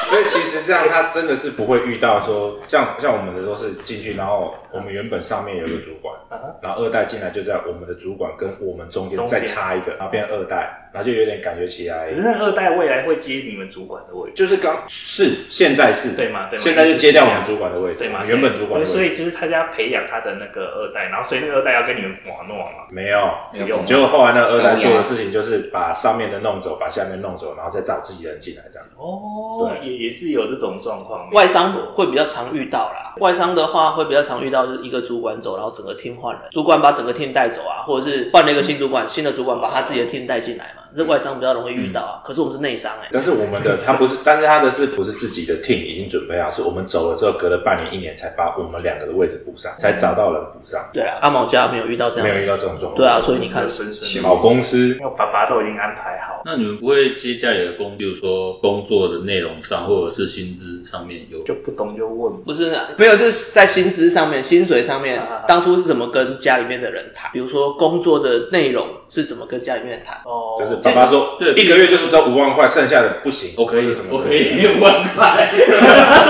Speaker 1: 所以其实这样他真的是不会遇到说像像我们的都是进去，然后我们原本上面有一个主管，
Speaker 4: 啊哈
Speaker 1: 然后二代进来就在我们的主管跟我们中间
Speaker 4: 中间
Speaker 1: 再插一个，然后变二代，然后就有点感觉起来
Speaker 4: 可是，那二代未来会接你们主管的位置，
Speaker 1: 就是刚是现在是
Speaker 4: 对嘛对嘛
Speaker 1: 现在就接掉我们主管的位置，
Speaker 4: 对吗？
Speaker 1: 原本主管
Speaker 4: 对
Speaker 1: 的
Speaker 4: 所
Speaker 1: 位置
Speaker 4: 以就是他要培养他的那个二代，然后所以那个二代要跟你们玩弄嘛。
Speaker 1: 没有。
Speaker 3: 没有
Speaker 4: 有
Speaker 3: 工
Speaker 1: 结
Speaker 3: 作
Speaker 1: 果后来那二代做的事情就是把上面的弄走，把下面弄走，然后再找自己人进来这样。
Speaker 4: 哦，也也是有这种状况。
Speaker 2: 外商会比较常遇到啦。外商的话会比较常遇到，就是一个主管走，然后整个 team 换人，主管把整个 team 带走啊，或者是换了一个新主管，新的主管把他自己的 team 带进来嘛。这外商比较容易遇到啊。可是我们是内商哎、
Speaker 4: 嗯
Speaker 1: 但是我们的他不是，但是他的是不是自己的 team 已经准备好？是我们走了之后，隔了半年一年才把我们两个的位置补上，才找到人补上，
Speaker 2: 嗯对啊，阿毛家没有遇到这
Speaker 1: 没有
Speaker 2: 样，
Speaker 1: 遇到这种状况。
Speaker 2: 对啊，所以你看
Speaker 4: 看，深深
Speaker 3: 行
Speaker 4: 的，
Speaker 1: 好公司
Speaker 4: 因为我爸爸都已经安排好，
Speaker 6: 那你们不会接家里的工，比如说工作的内容上，或者是薪资上面有
Speaker 4: 就不懂就问。
Speaker 2: 不是没有是在薪资上面、薪水上面
Speaker 4: 啊，
Speaker 2: 当初是怎么跟家里面的人谈？比如说工作的内容是怎么跟家里面谈？
Speaker 4: 哦，
Speaker 1: 就是爸爸说，
Speaker 6: 对
Speaker 1: 一个月就是这五万块，剩下的不行。
Speaker 6: 我可以
Speaker 1: 或者什，么
Speaker 6: 我可以 六万块，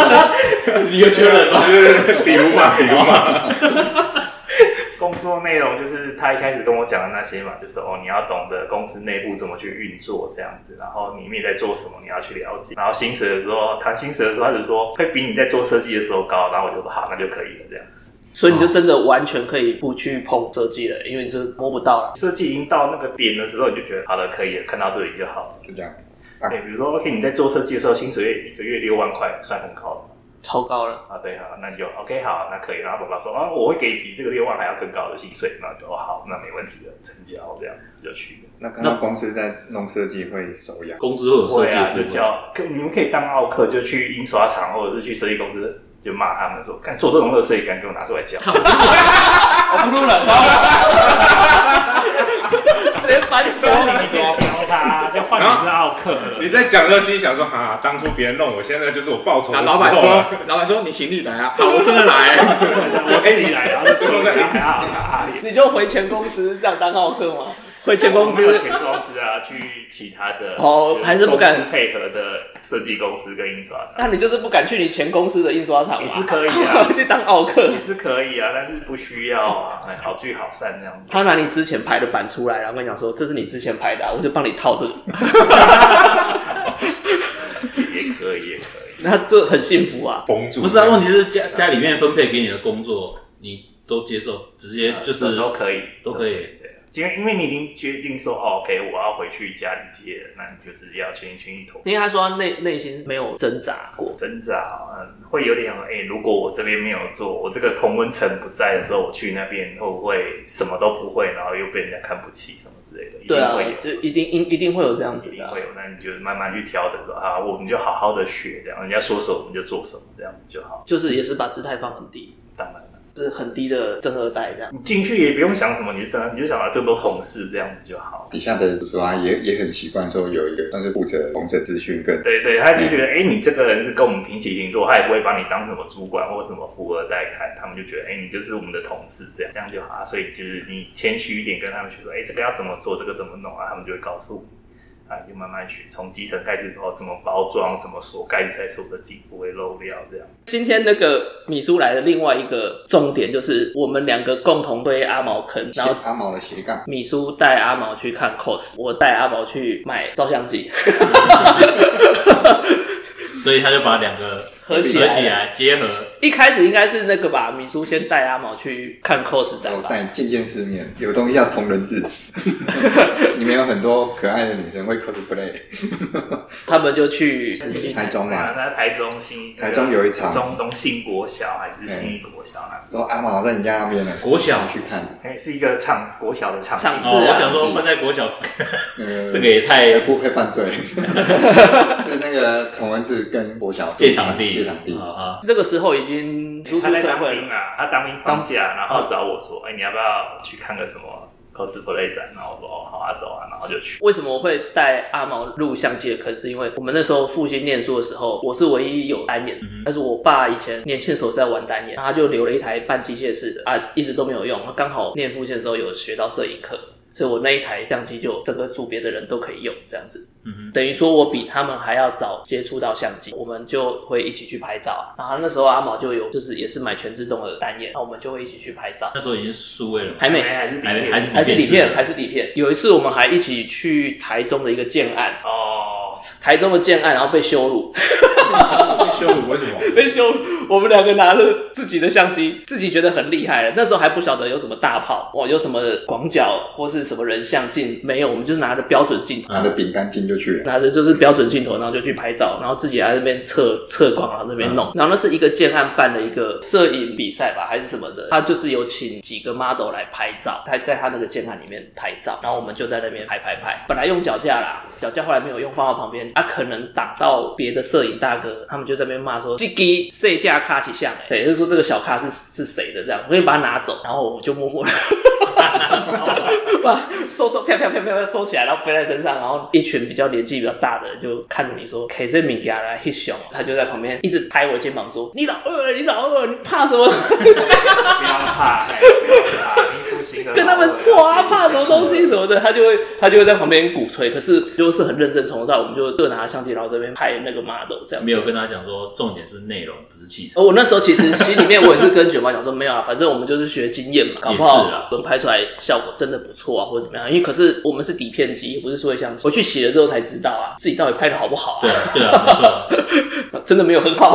Speaker 6: 你有缺人吗？
Speaker 1: 比如嘛， 比如嘛，
Speaker 4: 工作内容就是他一开始跟我讲的那些嘛，就是哦，你要懂得公司内部怎么去运作这样子，然后里面在做什么，你要去了解。然后薪水的时候谈薪水的时候，他就说会比你在做设计的时候高，然后我就说好，那就可以了这样。
Speaker 2: 所以你就真的完全可以不去碰设计了，因为你就是摸不到了。
Speaker 4: 设计已经到那个点的时候，你就觉得好了，可以了，看到这里就好了。
Speaker 3: 就这样。
Speaker 4: 对，比如说啊 OK，你在做设计的时候，薪水一个月六万块，算很高了
Speaker 2: 超高了，
Speaker 4: 啊。对啊，那你就 OK 好，那可以。然后爸爸说啊，我会给比这个六万还要更高的薪水，那就哦好，那没问题了，成交这样子就去了。
Speaker 3: 那看到公司在弄设计会手痒，
Speaker 6: 公司会有设
Speaker 4: 会
Speaker 6: 计
Speaker 4: 啊，
Speaker 6: 的
Speaker 4: 就
Speaker 6: 部分，
Speaker 4: 叫可你们可以当奥客，就去印刷厂或者是去设计公司，就骂他们说，看做这种乐色，也敢给我拿出来教，
Speaker 6: 我不录了，
Speaker 2: 直接翻桌
Speaker 4: 你怎么教他？啊就换你是奥客了。
Speaker 1: 你在讲这心想说，哈，当初别人弄我，现在就是我报仇的
Speaker 7: 啊，
Speaker 1: 时
Speaker 7: 老
Speaker 1: 候
Speaker 7: 板
Speaker 1: 了。
Speaker 7: 说，老板说你行李来啊，好，我真的来。
Speaker 4: 我自己来，然后就做乐色，还好啊，
Speaker 2: 你就回前公司这样当奥客吗？ 回前公司
Speaker 4: 没有前公司啊，去其他的
Speaker 2: 哦
Speaker 4: 就
Speaker 2: 还是不敢
Speaker 4: 公司配合的设计公司跟印刷厂，
Speaker 2: 那你就是不敢去你前公司的印刷厂
Speaker 4: 也
Speaker 2: 嘛
Speaker 4: 是可以啊
Speaker 2: 去当奥客
Speaker 4: 也。是可以啊，但是不需要啊，哎好聚好散这样子。
Speaker 2: 他拿你之前拍的版出来，然后跟你讲说：“这是你之前拍的、啊，我就帮你套这个。
Speaker 4: 也可以，也可以。”
Speaker 2: 那这很幸福啊！
Speaker 1: 封住。
Speaker 6: 不是啊，问题是家家里面分配给你的工作，你都接受，直接就是
Speaker 4: 啊都可以，
Speaker 6: 都可以。
Speaker 4: 对，因为因为你已经决定说，哦，OK，我要回去家里接了，那你就是要全心全意投入
Speaker 2: 因为他说他内内心没有挣扎过，
Speaker 4: 挣扎，嗯，会有点想说，哎、如果我这边没有做，我这个同温层不在的时候，我去那边会不会什么都不会，然后又被人家看不起什么之类的？
Speaker 2: 对啊
Speaker 4: 一定，会
Speaker 2: 就
Speaker 4: 有。
Speaker 2: 一定一一定会有这样
Speaker 4: 一
Speaker 2: 子
Speaker 4: 定
Speaker 2: 的啊、
Speaker 4: 会有，那你就慢慢去调整说啊，我们就好好的学，这样人家说什么我们就做什么，这样子就好。
Speaker 2: 就是也是把姿态放很低，
Speaker 4: 当然了，
Speaker 2: 就是很低的正二代这样。
Speaker 4: 你进去也不用想什么，你就真的你就想啊，这都同事这样子就好。
Speaker 3: 底下的人说啊，也也很习惯说有一个算是负责公司资讯跟
Speaker 4: 对对，他就觉得，哎、你这个人是跟我们平起平坐，他也不会把你当什么主管或什么富二代看，他们就觉得，哎、你就是我们的同事，这样这样就好啊。所以就是你谦虚一点，跟他们学说，哎、这个要怎么做，这个怎么弄啊，他们就会告诉你，啊，你就慢慢学，从基层开始哦，怎么包装，怎么锁盖子才锁得紧，不会漏料这样。
Speaker 2: 今天那个米叔来的另外一个重点就是，我们两个共同推阿毛 坑，然后
Speaker 3: 阿毛的斜杠，
Speaker 2: 米叔带阿毛去看 cos，我带阿毛去买照相 机，
Speaker 6: 所以他就把两个
Speaker 2: 合起
Speaker 6: 合
Speaker 2: 来
Speaker 6: 起来结合，
Speaker 2: 一开始应该是那个吧，米叔先带阿毛去看 cos
Speaker 3: 然
Speaker 2: 展
Speaker 3: 后
Speaker 2: 吧。
Speaker 3: 带你见见世面，有东西叫同人 志。你们有很多可爱的女生会 cosplay，
Speaker 2: 他们就去
Speaker 3: 台中
Speaker 4: 那
Speaker 3: 嘛，
Speaker 4: 那台中新，
Speaker 3: 哦台中有一场哎
Speaker 4: 中东新国小还是新一国小啊？
Speaker 3: 然后阿毛在你家那边呢，
Speaker 6: 国小
Speaker 3: 去看，
Speaker 4: 哎、是一个唱国小的唱，
Speaker 2: 场次
Speaker 6: 哦，我
Speaker 2: 啊，
Speaker 6: 想说放在国小，
Speaker 3: 呃，
Speaker 6: 这个也太
Speaker 3: 也不会犯罪， 是那个同人志跟国小
Speaker 6: 借场地，
Speaker 3: 借场地
Speaker 6: 啊，啊，
Speaker 2: 这个时候已经出出
Speaker 4: 他在
Speaker 2: 社
Speaker 4: 当
Speaker 2: 会
Speaker 4: 兵
Speaker 2: 了，
Speaker 4: 啊，他当兵放假，然后找我说，哎、你要不要去看个什么 cosplay 展？然后我说，哦，好啊，走啊，然后就去。
Speaker 2: 为什么我会带阿毛入相机的坑？是因为我们那时候复兴念书的时候，我是唯一有单眼，
Speaker 6: 嗯
Speaker 2: 但是我爸以前年轻的时候在玩单眼，然后他就留了一台半机械式的啊，一直都没有用。刚好念复兴的时候有学到摄影课，所以我那一台相机就整个组别的人都可以用，这样子。
Speaker 6: 嗯
Speaker 2: 等于说我比他们还要早接触到相机，我们就会一起去拍照啊。然后那时候阿毛就有就是也是买全自动的单眼，那我们就会一起去拍照
Speaker 6: 哼，。那时候已经数位了 嘛，
Speaker 2: 还没，
Speaker 4: 哎还是
Speaker 6: 还
Speaker 4: 还
Speaker 6: 还是
Speaker 2: 还是底片，还
Speaker 6: 是
Speaker 2: 是底片。有一次我们还一起去台中的一个建案，
Speaker 4: 哦，
Speaker 2: 台中的建案，然后被羞辱，
Speaker 1: 被羞辱为什么？
Speaker 2: 被羞，我们两个拿着自己的相机，自己觉得很厉害了。那时候还不晓得有什么大炮，哇，有什么广角或是什么人像镜，没有，我们就是拿着标准镜头，
Speaker 3: 拿着饼干进就去了。
Speaker 2: 拿着就是标准镜头，然后就去拍照，然后自己来这边测测光，然后这边弄。然后那是一个建案办的一个摄影比赛吧，还是什么的，他就是有请几个 model 来拍照，他在他那个建案里面拍照，然后我们就在那边拍拍拍。本来用脚架啦，脚架后来没有用，放到旁边，啊，可能挡到别的摄影大哥，他们就在那边骂说：“这个摄架卡起像、欸，对，就是说这个小卡是是谁的这样，我就把它拿走，然后我就默 默的。”把收收啪啪啪啪啪收起来，然后背在身上，然后一群比较年纪比较大的人就看着你说 “K 这米给他来黑熊”，他就在旁边一直拍我肩膀说：“你老二，你老二，你怕什 么？
Speaker 4: 不要怕，哎不要怕你不行的
Speaker 2: 跟他们拖啊，怕什么东西什么的。”他就会他就会在旁边鼓吹，可是就是很认真从头到尾，我们就各拿相机，然后这边拍那个 model 这样子
Speaker 6: 没有跟他讲说，重点是内容，不是器材。
Speaker 2: 哦而我那时候其实心里面我也是跟卷毛讲说，没有啊，反正我们就是学经验嘛，搞不
Speaker 6: 也是
Speaker 2: 好
Speaker 6: 啊
Speaker 2: 我们拍出来效果真的不错啊，或者怎么样。因为可是我们是底片机，不是说相机。我去洗了之后才知道啊，自己到底拍的好不好
Speaker 6: 对啊，对啊，没错。
Speaker 2: 啊， 真的没有很好。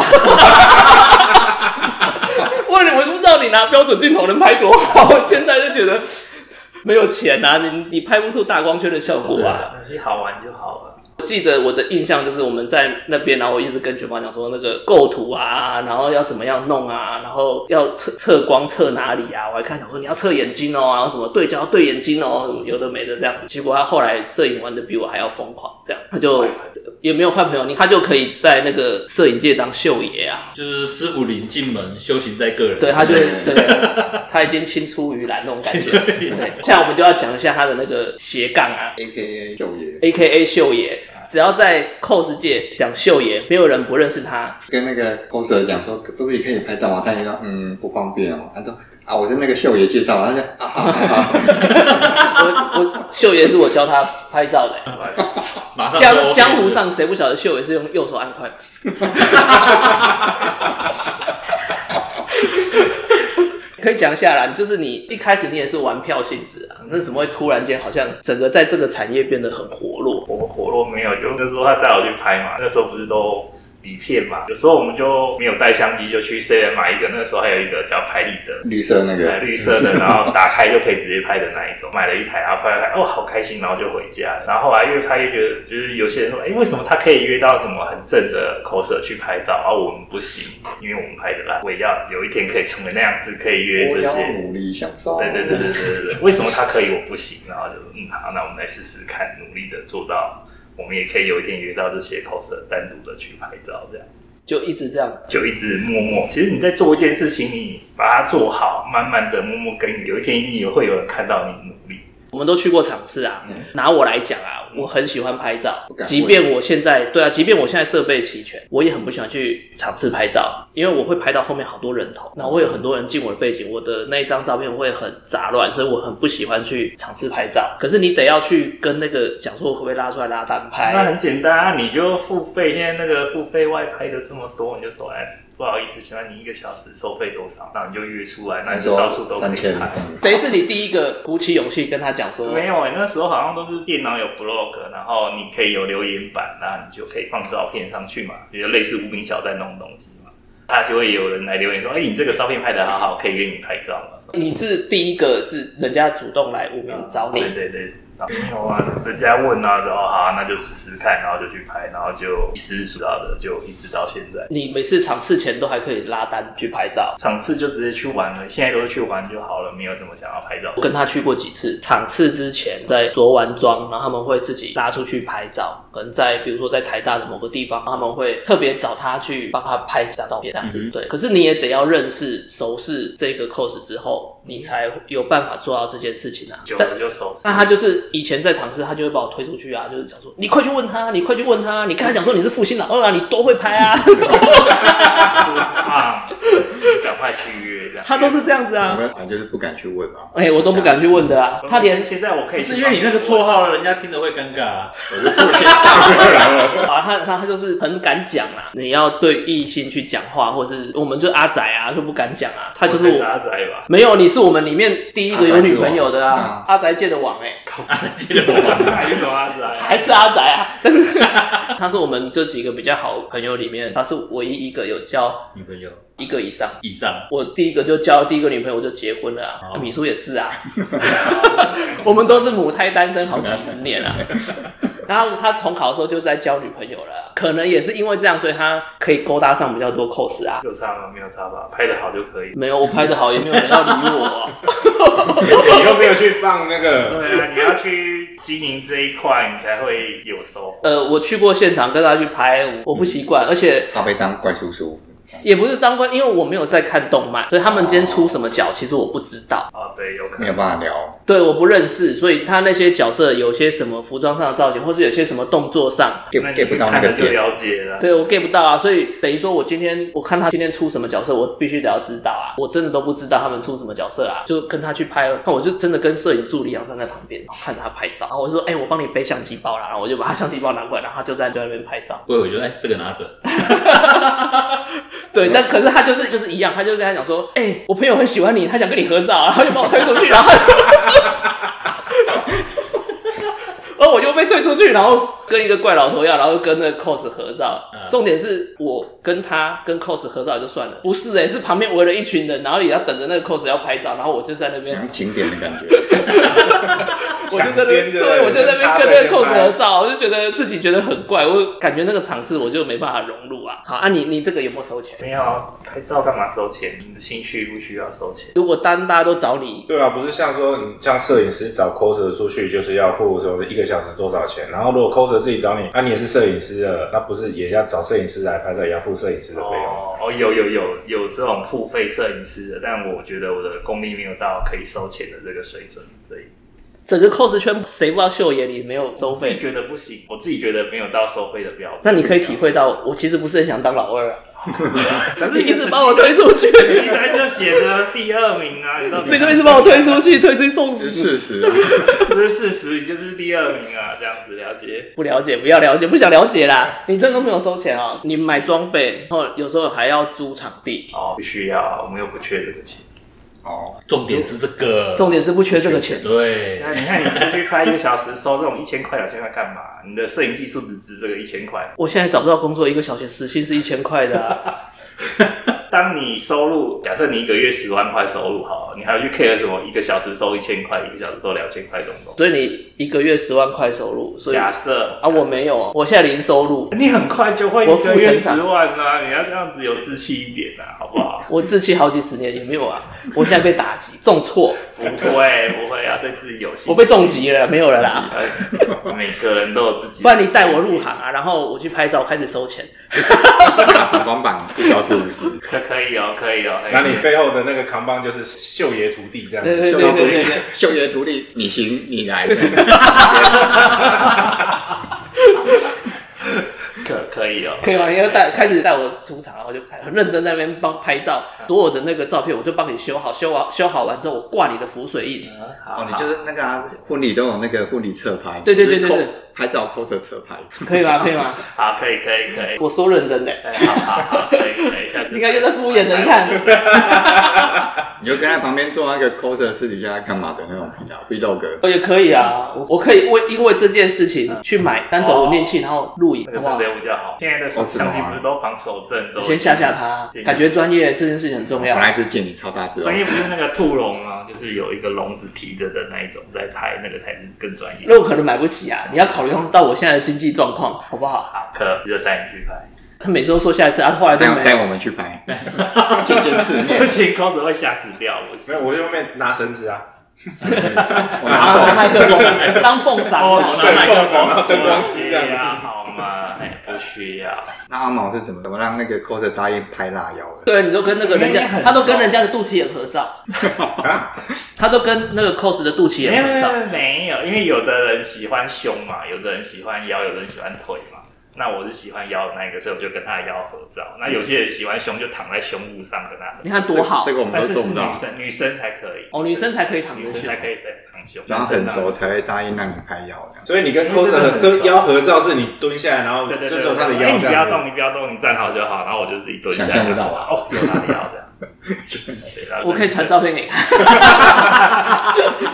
Speaker 2: 我我不知道你拿标准镜头能拍多好，我现在就觉得没有钱啊，你你拍不出大光圈的效果啊。
Speaker 4: 东西好玩就好了。
Speaker 2: 我记得我的印象就是我们在那边，然后我一直跟卷毛讲说那个构图啊，然后要怎么样弄啊，然后要测测光测哪里啊，我还看讲说你要测眼睛哦，然后什么对焦对眼睛哦，有的没的这样子。结果他后来摄影玩的比我还要疯狂，这样他就也没有换朋友，你他就可以在那个摄影界当秀爷啊。
Speaker 6: 就是师傅领进门，修行在个人。
Speaker 2: 对， 他就对，他已经青出于蓝那种感觉。对，现在我们就要讲一下他的那个斜杠啊，
Speaker 3: A K A 九爷
Speaker 2: A K A 秀爷，只要在 cos 界讲秀爷，没有人不认识他。
Speaker 3: 跟那个公司讲说，可不可以可以拍照啊？他就说嗯不方便哦。他说啊我是那个秀爷介绍的，他说啊好好好，
Speaker 2: 我我秀爷是我教他拍照的、
Speaker 6: 马上
Speaker 2: 江江湖上谁不晓得秀爷是用右手按快门？可以讲一下啦，就是你一开始你也是玩票性质啊，那怎么会突然间好像整个在这个产业变得很活络？
Speaker 4: 我们火络没有，就那时候他带我去拍嘛，那时候不是都底片嘛，有时候我们就没有带相机，就去 C 买一个，那时候还有一个叫拍立得。
Speaker 3: 绿色那
Speaker 4: 买
Speaker 3: 个
Speaker 4: 绿色的，然后打开就可以直接拍的那一种，买了一台，然后拍拍拍，哦，好开心，然后就回家。然后后来越拍越觉得，就是有些人说，哎，为什么他可以约到什么很正的 coser 去拍照，而、我们不行，因为我们拍的烂。我也要有一天可以成为那样子，可以约
Speaker 3: 我
Speaker 4: 这
Speaker 3: 要
Speaker 4: 些。
Speaker 3: 努力享受。
Speaker 4: 对对对对对对对，为什么他可以我不行？然后就嗯好，那我们来试试看，努力的做到，我们也可以有一天约到这些 coser 单独的去拍照，这样
Speaker 2: 就一直这样
Speaker 4: 就一直默默。其实你在做一件事情，你把它做好，慢慢的默默耕耘，有一天一定也会有人看到你努力。
Speaker 2: 我们都去过场次啊。拿我来讲啊，我很喜欢拍
Speaker 3: 嗯
Speaker 2: 照
Speaker 3: 不，敢
Speaker 2: 即便我现在对啊，即便我现在设备齐全，我也很不喜欢去场次拍照，因为我会拍到后面好多人头，然后会有很多人进我的背景，我的那一张照片会很杂乱，所以我很不喜欢去场次拍照。可是你得要去跟那个讲说，我可不可以拉出来拉单
Speaker 3: 哎
Speaker 4: 那
Speaker 2: 拍？
Speaker 4: 很简单啊，你就付费。现在那个付费外拍的这么多，你就说，哎，不好意思，请问你一个小时收费多少？那你就约出来，那
Speaker 3: 他
Speaker 4: 你就到处
Speaker 3: 说
Speaker 4: 都可
Speaker 3: 三
Speaker 4: 以
Speaker 3: 千，
Speaker 4: 拍。
Speaker 3: 嗯
Speaker 2: 谁是你第一个鼓起勇气跟他讲说？
Speaker 4: 没有哎、那时候好像都是电脑有 blog，然后你可以有留言板，那你就可以放照片上去嘛，比如类似无名小站那种东西嘛，他就会有人来留言说，哎、你这个照片拍的好好，可以约你拍照嘛。
Speaker 2: 你是第一个是人家主动来无名找你
Speaker 4: 哦对，对对，没有啊，人家问啊，然后好、啊，那就试试看，然后就去拍，然后就一丝不到的，就一直到现在。
Speaker 2: 你每次场次前都还可以拉单去拍照。
Speaker 4: 场次就直接去玩了，现在都是去玩就好了，没有什么想要拍照
Speaker 2: 我。跟他去过几次，场次之前在着完妆，然后他们会自己拉出去拍照，可能在比如说在台大的某个地方，他们会特别找他去帮他拍一张照片这样
Speaker 4: 嗯
Speaker 2: 子。对，可是你也得要认识、熟识这个 cos 之后，你才有办法做到这件事情啊。
Speaker 4: 久
Speaker 2: 但
Speaker 4: 了就熟悉
Speaker 2: 那他就是以前在尝试，他就会把我推出去啊，就是讲说你快去问他，你快去问他，你跟他讲说你是复 兴老二啊，你多会拍啊。
Speaker 4: 啊，赶快去约。这样。
Speaker 2: 他都是这样子
Speaker 3: 我
Speaker 2: 啊。
Speaker 3: 们反正就是不敢去问啊嘛。
Speaker 2: 哎、我都不敢去问的啊。他连
Speaker 4: 现在我可以
Speaker 6: 不
Speaker 4: 去
Speaker 6: 是因为你那个绰号，人家听着会尴尬啊。
Speaker 2: 啊，他他他就是很敢讲啊。你要对异性去讲话，或是我们就阿仔啊，就不敢讲啊。他
Speaker 4: 帮你，
Speaker 2: 就是我。
Speaker 4: 阿仔吧。
Speaker 2: 没有，你是我们里面第一个有女朋友的
Speaker 3: 阿宅之
Speaker 2: 啊
Speaker 3: 王，
Speaker 2: 阿宅界的王哎、
Speaker 6: 阿仔接着我玩，
Speaker 4: 还是什么阿仔？
Speaker 2: 还是阿宅啊， 但是他是我们这几个比较好的朋友里面，他是唯一一个有交
Speaker 6: 女朋友
Speaker 2: 一个以上。
Speaker 6: 以上，
Speaker 2: 我第一个就交第一个女朋友，我就结婚了啊。
Speaker 6: 哦
Speaker 2: 米叔也是啊，我们都是母胎单身好几十年啊。然后他重考的时候就在交女朋友了啊，可能也是因为这样，所以他可以勾搭上比较多 cos 啊。
Speaker 4: 有差吗？没有差吧？拍的好就可以。
Speaker 2: 没有，我拍的好也没有人要理我、 啊。
Speaker 1: 你又没有去放那个，
Speaker 4: 对啊，你要去经营这一块，你才会有收获。
Speaker 2: 呃，我去过现场跟他去拍，我不习惯，而且
Speaker 3: 怕被当怪叔叔，
Speaker 2: 也不是当官，因为我没有在看动漫，所以他们今天出什么角，其实我不知道。
Speaker 4: 哦，对，有可
Speaker 3: 没有
Speaker 4: 能。
Speaker 3: 办法聊。
Speaker 2: 对，我不认识，所以他那些角色有些什么服装上的造型，或是有些什么动作上，
Speaker 3: get
Speaker 4: 那你
Speaker 3: get 不
Speaker 4: 去
Speaker 3: 到那个
Speaker 4: 看了就
Speaker 3: 点，
Speaker 4: 了解了。
Speaker 2: 对我 get 不到啊。所以等于说，我今天我看他今天出什么角色，我必须得要知道啊。我真的都不知道他们出什么角色啊，就跟他去拍了。那我就真的跟摄影助理一样站在旁边，然后看着他拍照。然后我就说：“哎、我帮你背相机包啦。”然后我就把他相机包拿过来，然后他就在那边拍照。
Speaker 6: 我我觉得哎，这个拿着，
Speaker 2: 对，但可是他就是就是一样，他就跟他讲说，哎、我朋友很喜欢你，他想跟你合照，然后就把我推出去，然后， 然后我就被推出去，然后跟一个怪老头要，然后跟那个 cos 合照。重点是我跟他跟 cos 合照也就算了，不是哎、是旁边围了一群人，然后也要等着那个 cos 要拍照，然后我就在那边
Speaker 3: 好像景点的感 觉。
Speaker 2: 我就在那
Speaker 1: 抢先
Speaker 2: 边，
Speaker 1: 就
Speaker 2: 对我就在那边跟那个
Speaker 1: 插队
Speaker 2: cos 合照，我就觉得自己觉得很怪，我感觉那个场次我就没办法融入啊。好啊你，你这个有没有收钱？
Speaker 4: 没有啊拍照干嘛收钱？你的兴趣不需要收钱。
Speaker 2: 如果单大家都找你
Speaker 1: 对啊，不是像说你像摄影师找 coser 出去，就是要付什么一个小时多少钱，然后如果 coser 自己找你，那、你也是摄影师的，那不是也要找摄影师来拍照，也要付摄影师的费用？
Speaker 4: 哦哦，有有有有这种付费摄影师的，但我觉得我的功力没有到可以收钱的这个水准，所以
Speaker 2: 整个 cos 圈谁不知道秀爷里没有收
Speaker 4: 我自己
Speaker 2: 费？
Speaker 4: 觉得不行，我自己觉得没有到收费的标准。
Speaker 2: 那你可以体会到，我其实不是很想当老二、啊，
Speaker 4: 但
Speaker 2: 你
Speaker 4: 是
Speaker 2: 一直把我推出去，
Speaker 4: 一来就写着第二名啊，你到底
Speaker 2: 你就一直把我推出去，推出去送
Speaker 3: 是事
Speaker 2: 死。
Speaker 3: 实啊，
Speaker 4: 这是事实，你就是第二名啊，这样子了解。
Speaker 2: 不了解，不要了解，不想了解啦。你这都没有收钱哦、你买装备，然后有时候还要租场地，
Speaker 4: 哦，不需要，我们又不缺这个钱。
Speaker 3: 哦，
Speaker 6: 重点是这个，
Speaker 2: 重点是不缺这个钱。
Speaker 6: 对
Speaker 4: 那，你看你出去拍一个小时，收这种一千块、两千块干嘛？你的摄影技术只值这个一千块。
Speaker 2: 我现在找不到工作，一个小时时薪是一千块的、啊，
Speaker 4: 当你收入，假设你一个月十万块收入好了，你还要去 care 什么一个小时收一千块，一个小时收两千块这种东
Speaker 2: 所以你一个月十万块收入，
Speaker 4: 西。
Speaker 2: 所以
Speaker 4: 假
Speaker 2: 啊，
Speaker 4: 设
Speaker 2: 我没有，啊我现在零收入，
Speaker 4: 你很快就会
Speaker 2: 我
Speaker 4: 一
Speaker 2: 负
Speaker 4: 个月
Speaker 2: 成长
Speaker 4: 十万啊，你要这样子有志气一点啊，好不 好？
Speaker 2: 我自欺好几十年也没有啊，我现在被打击，重挫，
Speaker 4: 不会不会啊，对自己有信心。
Speaker 2: 我被重击了，没有了啦。
Speaker 4: 呃，每个人都有自 己。
Speaker 2: 不然你带我入行啊，然后我去拍照开始收钱，
Speaker 3: 打反光板一条是五十，
Speaker 4: 可可以哦，可以哦。可以
Speaker 1: 那你背后的那个扛棒就是秀爷徒弟这样
Speaker 2: 对对
Speaker 1: 子，
Speaker 3: 秀
Speaker 2: 对
Speaker 3: 爷
Speaker 2: 对
Speaker 3: 徒
Speaker 2: 对
Speaker 3: 弟
Speaker 2: 对，
Speaker 3: 秀爷徒弟，你行你来，
Speaker 4: 可可以哦，
Speaker 2: 可以吗？你要带开始带我出场，然后就拍很认真在那边帮拍照，所有的那个照片我就帮你修好，修完修好完之后我挂你的浮水印，
Speaker 3: 哦，你就是那个啊，婚礼都有那个婚礼侧拍，
Speaker 2: 对对对对
Speaker 3: 就是
Speaker 2: 对
Speaker 3: cos- 拍照 pose 侧拍，
Speaker 2: 可以吗？可以吗？
Speaker 4: 好，可以可以可以。
Speaker 2: 我说认真的，
Speaker 4: 哎好好好，可以可以，下次
Speaker 2: 你看又在敷衍人。看，
Speaker 3: 你就跟在旁边做那个 pose 私底下干嘛的那种频道 vlog，
Speaker 2: 我也可以啊，我我可以为因为这件事情去买单轴文面器，然后录影，
Speaker 4: 那
Speaker 2: 好不
Speaker 4: 个
Speaker 2: 好
Speaker 4: 真的？比较好。现在的手相机不是都防手震，都
Speaker 2: 先吓吓他，感觉专业这件事情很重
Speaker 3: 本
Speaker 2: 要。
Speaker 3: 来只见你超大只哦
Speaker 4: 专，业不是那个兔笼吗？就是有一个笼子提着的那一种在拍，那个才是更专业。
Speaker 2: 那我可能买不起啊，你要考虑到我现在的经济状况，好不好？
Speaker 4: 好，可就带你去拍。
Speaker 2: 他每次都说下一次，啊，后来都
Speaker 3: 带
Speaker 2: 没有。
Speaker 3: 带我们去拍，见见世
Speaker 4: 不
Speaker 3: 面，
Speaker 4: 行，扣子会吓死掉。我
Speaker 1: 没有，我就后面拿绳子啊，
Speaker 3: 我
Speaker 2: 拿拿
Speaker 3: 拿
Speaker 2: 麦克风当蹦嗓
Speaker 4: 哦，
Speaker 2: 啊。
Speaker 4: 拿麦克风
Speaker 1: 然后灯光师这样子
Speaker 4: 呀，好吗？哎，不需要。
Speaker 3: 那阿毛是怎么怎么让那个 coser 答应拍辣腰的？
Speaker 2: 对，你都跟那个人家，他都跟人家的肚脐眼合照，啊他都跟那个 cos 的肚脐
Speaker 4: 没有
Speaker 2: 眼合照。
Speaker 4: 没有，因为有的人喜欢胸嘛，有的人喜欢腰，有的人喜欢腿嘛。那我是喜欢腰的那一个，所以我就跟他的腰合照。那有些人喜欢胸，就躺在胸部上跟他合照。
Speaker 2: 你看多好
Speaker 7: 这个我们
Speaker 4: 但
Speaker 7: 都
Speaker 4: 是
Speaker 7: 做
Speaker 4: 是
Speaker 7: 不到
Speaker 4: 女。生，女生才可以
Speaker 2: 哦，女生才可以躺
Speaker 4: 女
Speaker 2: 优
Speaker 4: 生
Speaker 2: 秀
Speaker 4: 才。可以在躺胸，
Speaker 3: 然后很
Speaker 2: 啊
Speaker 4: 男生
Speaker 3: 熟才会答应让你拍腰的。
Speaker 1: 所以你跟 coser
Speaker 4: 真的
Speaker 1: 的
Speaker 4: 很
Speaker 1: 跟
Speaker 4: 爽
Speaker 1: 腰合照是你蹲下来，然
Speaker 4: 啊。
Speaker 1: 后
Speaker 4: 对对
Speaker 1: 就
Speaker 4: 对，
Speaker 1: 只有他的
Speaker 4: 我说哎
Speaker 1: 腰
Speaker 4: 你
Speaker 1: 这
Speaker 4: 不要
Speaker 1: 样
Speaker 4: 动，
Speaker 1: 子。
Speaker 4: 你不要动，你站好就好。然后我就自己蹲下，
Speaker 3: 想象不到
Speaker 1: 啊
Speaker 3: 吧
Speaker 4: 哦，有他的腰 这样。对然后
Speaker 2: 我可以传照片给你 看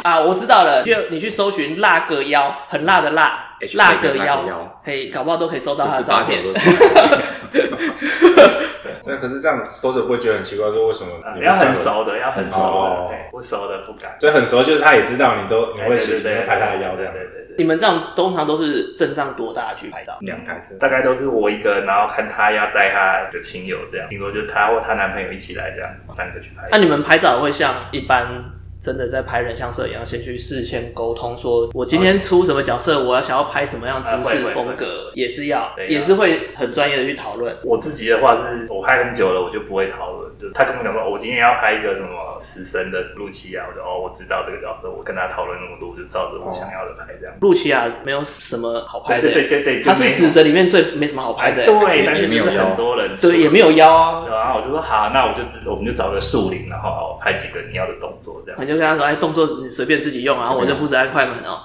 Speaker 2: 啊！我知道了，就你去搜寻辣个腰，很辣的辣
Speaker 3: H，
Speaker 2: 辣
Speaker 3: 个
Speaker 2: 个腰
Speaker 3: 腰，
Speaker 2: 可以搞不好都可以搜到他
Speaker 3: 十
Speaker 2: 的
Speaker 3: 之
Speaker 2: 照
Speaker 3: 八
Speaker 2: 片
Speaker 3: 九。 都是。
Speaker 1: 那可是这样 coser 不会觉得很奇怪，说为什么
Speaker 4: 啊
Speaker 1: 你们
Speaker 4: 要很
Speaker 1: 拍合照？
Speaker 4: 熟的，要很熟
Speaker 1: 哦
Speaker 4: 的，对不熟的不敢。
Speaker 1: 所以很熟就是他也知道你都你会
Speaker 4: 哎对
Speaker 1: 喜
Speaker 4: 对对
Speaker 1: 欢
Speaker 4: 对
Speaker 1: 拍他的腰这
Speaker 4: 对
Speaker 1: 样。
Speaker 4: 对对对
Speaker 2: 你们这样通常都是阵仗多大去拍照？
Speaker 3: 两台车，
Speaker 4: 大概都是我一个，然后看他要带他的亲友这样，顶多就她或她男朋友一起来这样，三个去拍。
Speaker 2: 那、啊你们拍照会像一般真的在拍人像摄影一样，先去事先沟通，说我今天出什么角色，我要想要拍什么样姿势
Speaker 4: 啊会会
Speaker 2: 风格，也是要
Speaker 4: 对，
Speaker 2: 也是会很专业的去讨论。
Speaker 4: 我自己的话是，我拍很久了，我就不会讨论。就他跟我讲说，哦我今天要拍一个什么死神的露琪亚，我就哦，我知道这个角色，我跟他讨论那么多，我就照
Speaker 1: 哦
Speaker 4: 着我想要的拍这样。
Speaker 2: 露琪亚没有什么好拍的，欸
Speaker 4: 对对对对对
Speaker 2: 他是
Speaker 4: 就没有
Speaker 2: 死神里面最没什么好拍
Speaker 4: 哎，
Speaker 2: 的，欸
Speaker 4: 对，
Speaker 3: 也
Speaker 4: 但是
Speaker 3: 没
Speaker 4: 就
Speaker 3: 有
Speaker 4: 是
Speaker 3: 腰
Speaker 4: 很多人
Speaker 2: 对，也没有腰啊。
Speaker 4: 对然后我就说好，那我就只我们就找个树林，然后哦拍几个你要的动作这样
Speaker 2: 我。就跟他说：“哎，动作你随便自己用啊，然后我就负责按快门哦。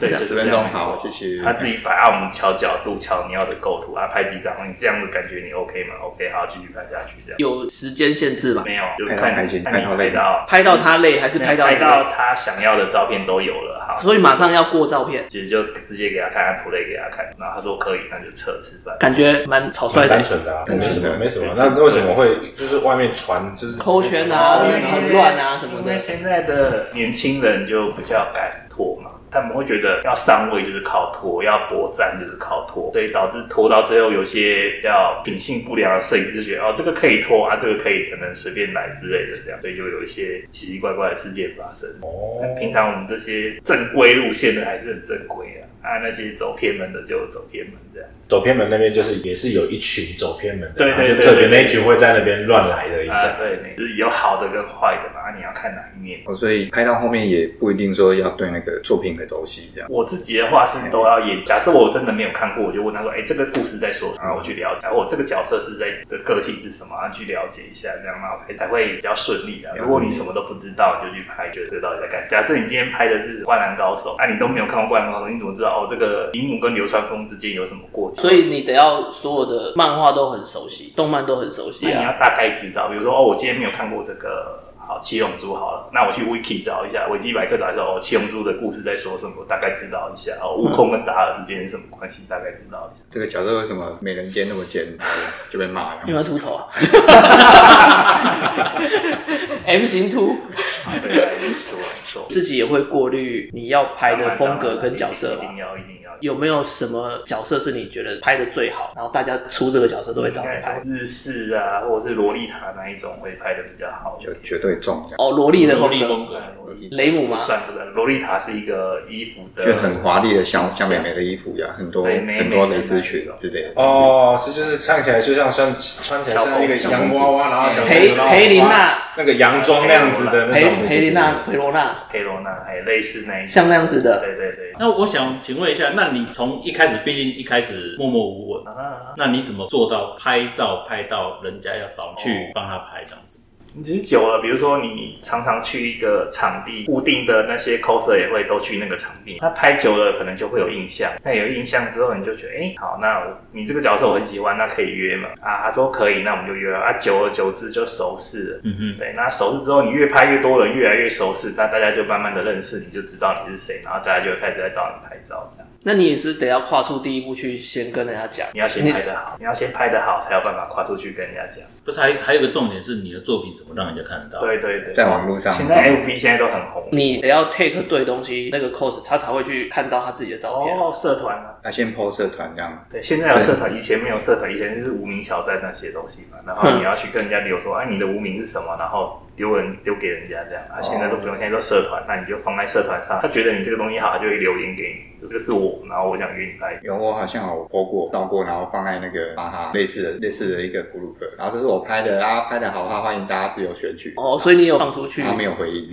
Speaker 4: 对，
Speaker 3: 十分钟好，谢谢。
Speaker 4: 他自己摆啊，我们瞧角度，瞧你要的构图啊，拍几张，你这样子感觉你 OK 吗？OK，好，继续拍下去这样。
Speaker 2: 有时间限制嘛，
Speaker 4: 没有，就
Speaker 3: 拍到
Speaker 4: 看
Speaker 3: 开心
Speaker 4: 看
Speaker 3: 拍
Speaker 4: 你
Speaker 3: 到累
Speaker 4: 拍到
Speaker 2: 拍到他累还是拍到
Speaker 4: 拍
Speaker 2: 你累，
Speaker 4: 到他想要的照片都有了，好，
Speaker 2: 所以马上要过照片，
Speaker 4: 其实就直接给他看，按 play 给他看，然后他说可以，那就撤吃饭。
Speaker 2: 感觉蛮草率
Speaker 1: 蛮单
Speaker 2: 的。
Speaker 1: 纯的啊，
Speaker 3: 单
Speaker 1: 没什
Speaker 3: 纯的
Speaker 1: 么没什么。那那为什么会就是外面传就是
Speaker 2: 抠圈啊，
Speaker 4: 因为
Speaker 2: 很乱啊什么
Speaker 4: 因为
Speaker 2: 的。
Speaker 4: 嗯现在的年轻人就比较敢拖嘛，他们会觉得要上位就是靠拖，要搏战就是靠拖，所以导致拖到最后，有些比较品性不良的摄影师觉得哦，这个可以拖啊，这个可以可能随便来之类的这样，所以就有一些奇奇怪怪的事件发生。
Speaker 1: 哦
Speaker 4: 但平常我们这些正规路线的还是很正规啊，啊那些走偏门的就走偏门这样。
Speaker 1: 走偏门那边就是也是有一群走偏门的，
Speaker 4: 对对
Speaker 1: 然后就
Speaker 4: 对
Speaker 1: 特别
Speaker 4: 对对
Speaker 1: 那一群会在那边乱来的一
Speaker 4: 啊
Speaker 1: 个，。
Speaker 4: 对，就是有好的跟坏的嘛，啊你要看哪一面。
Speaker 3: 哦，所以拍到后面也不一定说要对那个作品很熟悉这样。
Speaker 4: 我自己的话是都要演。假设我真的没有看过，我就问他说：“哎、这个故事在说
Speaker 3: 嗯
Speaker 4: 什么？”我去了解，我这个角色是在的个性是什么，啊然后去了解一下，这样嘛才才会比较顺利
Speaker 3: 嗯
Speaker 4: 啊。如果你什么都不知道，你就去拍，觉得这个到底在干啥？假设你今天拍的是《灌篮高手》，啊，你都没有看过《灌篮高手》，你怎么知道哦？这个铃木跟流川枫之间有什么过节？
Speaker 2: 所以你得要所有的漫画都很熟悉，动漫都很熟悉
Speaker 4: 那你要
Speaker 2: 啊。
Speaker 4: 大概知道，比如说哦，我今天没有看过这个好《七龙珠》好了，那我去 Wiki 找一下，维基百科找一下哦，《七龙珠》的故事在说什么，大概知道一下哦，悟空跟达尔之间是什么关系，大概知道一下。
Speaker 3: 这个角色为什么美人尖那么尖，然后就被骂
Speaker 2: 因
Speaker 3: 了？
Speaker 2: 为秃头啊 ，M 型秃，
Speaker 4: 对啊，没错没错。
Speaker 2: 自己也会过滤你要拍的风格跟角色
Speaker 4: 一
Speaker 2: 嘛
Speaker 4: 定。要一定要。
Speaker 2: 有没有什么角色是你觉得拍的最好，然后大家出这个角色都会找你拍？
Speaker 4: 日式啊，或者是洛丽塔那一种会拍的比较好一
Speaker 3: 就
Speaker 4: 点。
Speaker 3: 绝对中这样，
Speaker 2: 哦，萝莉的
Speaker 6: 萝
Speaker 2: 风
Speaker 6: 莉
Speaker 2: 格，
Speaker 6: 风格，
Speaker 2: 雷姆吗？
Speaker 4: 算不算？洛丽塔是一个衣服的，
Speaker 3: 就很华丽的小小美眉的衣服呀，很多
Speaker 4: 对美美
Speaker 3: 很多
Speaker 4: 的
Speaker 3: 蕾丝
Speaker 4: 那
Speaker 3: 裙
Speaker 4: 种
Speaker 3: 之类的。
Speaker 1: 哦，是就是看起来就像穿穿起来像一个
Speaker 3: 小
Speaker 1: 洋
Speaker 3: 公主
Speaker 1: 娃娃，然后小公主
Speaker 2: 裴
Speaker 1: 然后
Speaker 2: 裴琳
Speaker 1: 哇
Speaker 2: 娜，
Speaker 1: 那个洋装那样子的那
Speaker 2: 裴
Speaker 1: 种，
Speaker 2: 裴琳娜，裴罗娜，
Speaker 4: 佩罗娜，还类似那一种。
Speaker 2: 像那样子的。
Speaker 4: 对对对。
Speaker 6: 那我想请问一下，那你从一开始，毕竟一开始默默无闻，
Speaker 4: 啊，
Speaker 6: 那你怎么做到拍照拍到人家要找你去帮他拍这样子？
Speaker 4: 你只是久了，比如说你常常去一个场地，固定的那些 coser 也会都去那个场地，那拍久了可能就会有印象。那有印象之后，你就觉得，哎、好，那我你这个角色我很喜欢，那可以约嘛？啊，他说可以，那我们就约了。啊，久而久之就熟识了。
Speaker 6: 嗯哼，
Speaker 4: 对，那熟识之后，你越拍越多人，越来越熟识，那大家就慢慢的认识，你就知道你是谁，然后大家就会开始来找你拍照。这样
Speaker 2: 那你也是得要跨出第一步去先跟人家讲，
Speaker 4: 你要先拍得好，你要先拍得好，才有办法跨出去跟人家讲。
Speaker 6: 不是还还有一个重点是你的作品怎么让人家看得到？，
Speaker 4: 对对对，
Speaker 3: 在网络上
Speaker 4: 哦现在 FV 现在都很红。
Speaker 2: 你得要 take 对东西，那个 cos 他才会去看到他自己的照片。
Speaker 4: 哦，社团啊，
Speaker 3: 那先 PO 社团这样，
Speaker 4: 对，现在有社团，以前没有社团，以前就是无名小站那些东西嘛。然后
Speaker 2: 嗯
Speaker 4: 你要去跟人家留说，哎、你的无名是什么？然后丢人丢给人家这样。啊，现在都不用，现在都社团，那你就放在社团上，他觉得你这个东西好，他就会留言给你，就这个是我，然后我想约你拍。
Speaker 3: 有我好像有 PO 过、照过，然后放在那个巴哈类似的类似的一个 group，然后这是我拍的，大家拍的好的话，欢迎大家自由选
Speaker 2: 哦
Speaker 3: 取。
Speaker 2: 哦，所以你有放出去
Speaker 3: 然，后没有回应，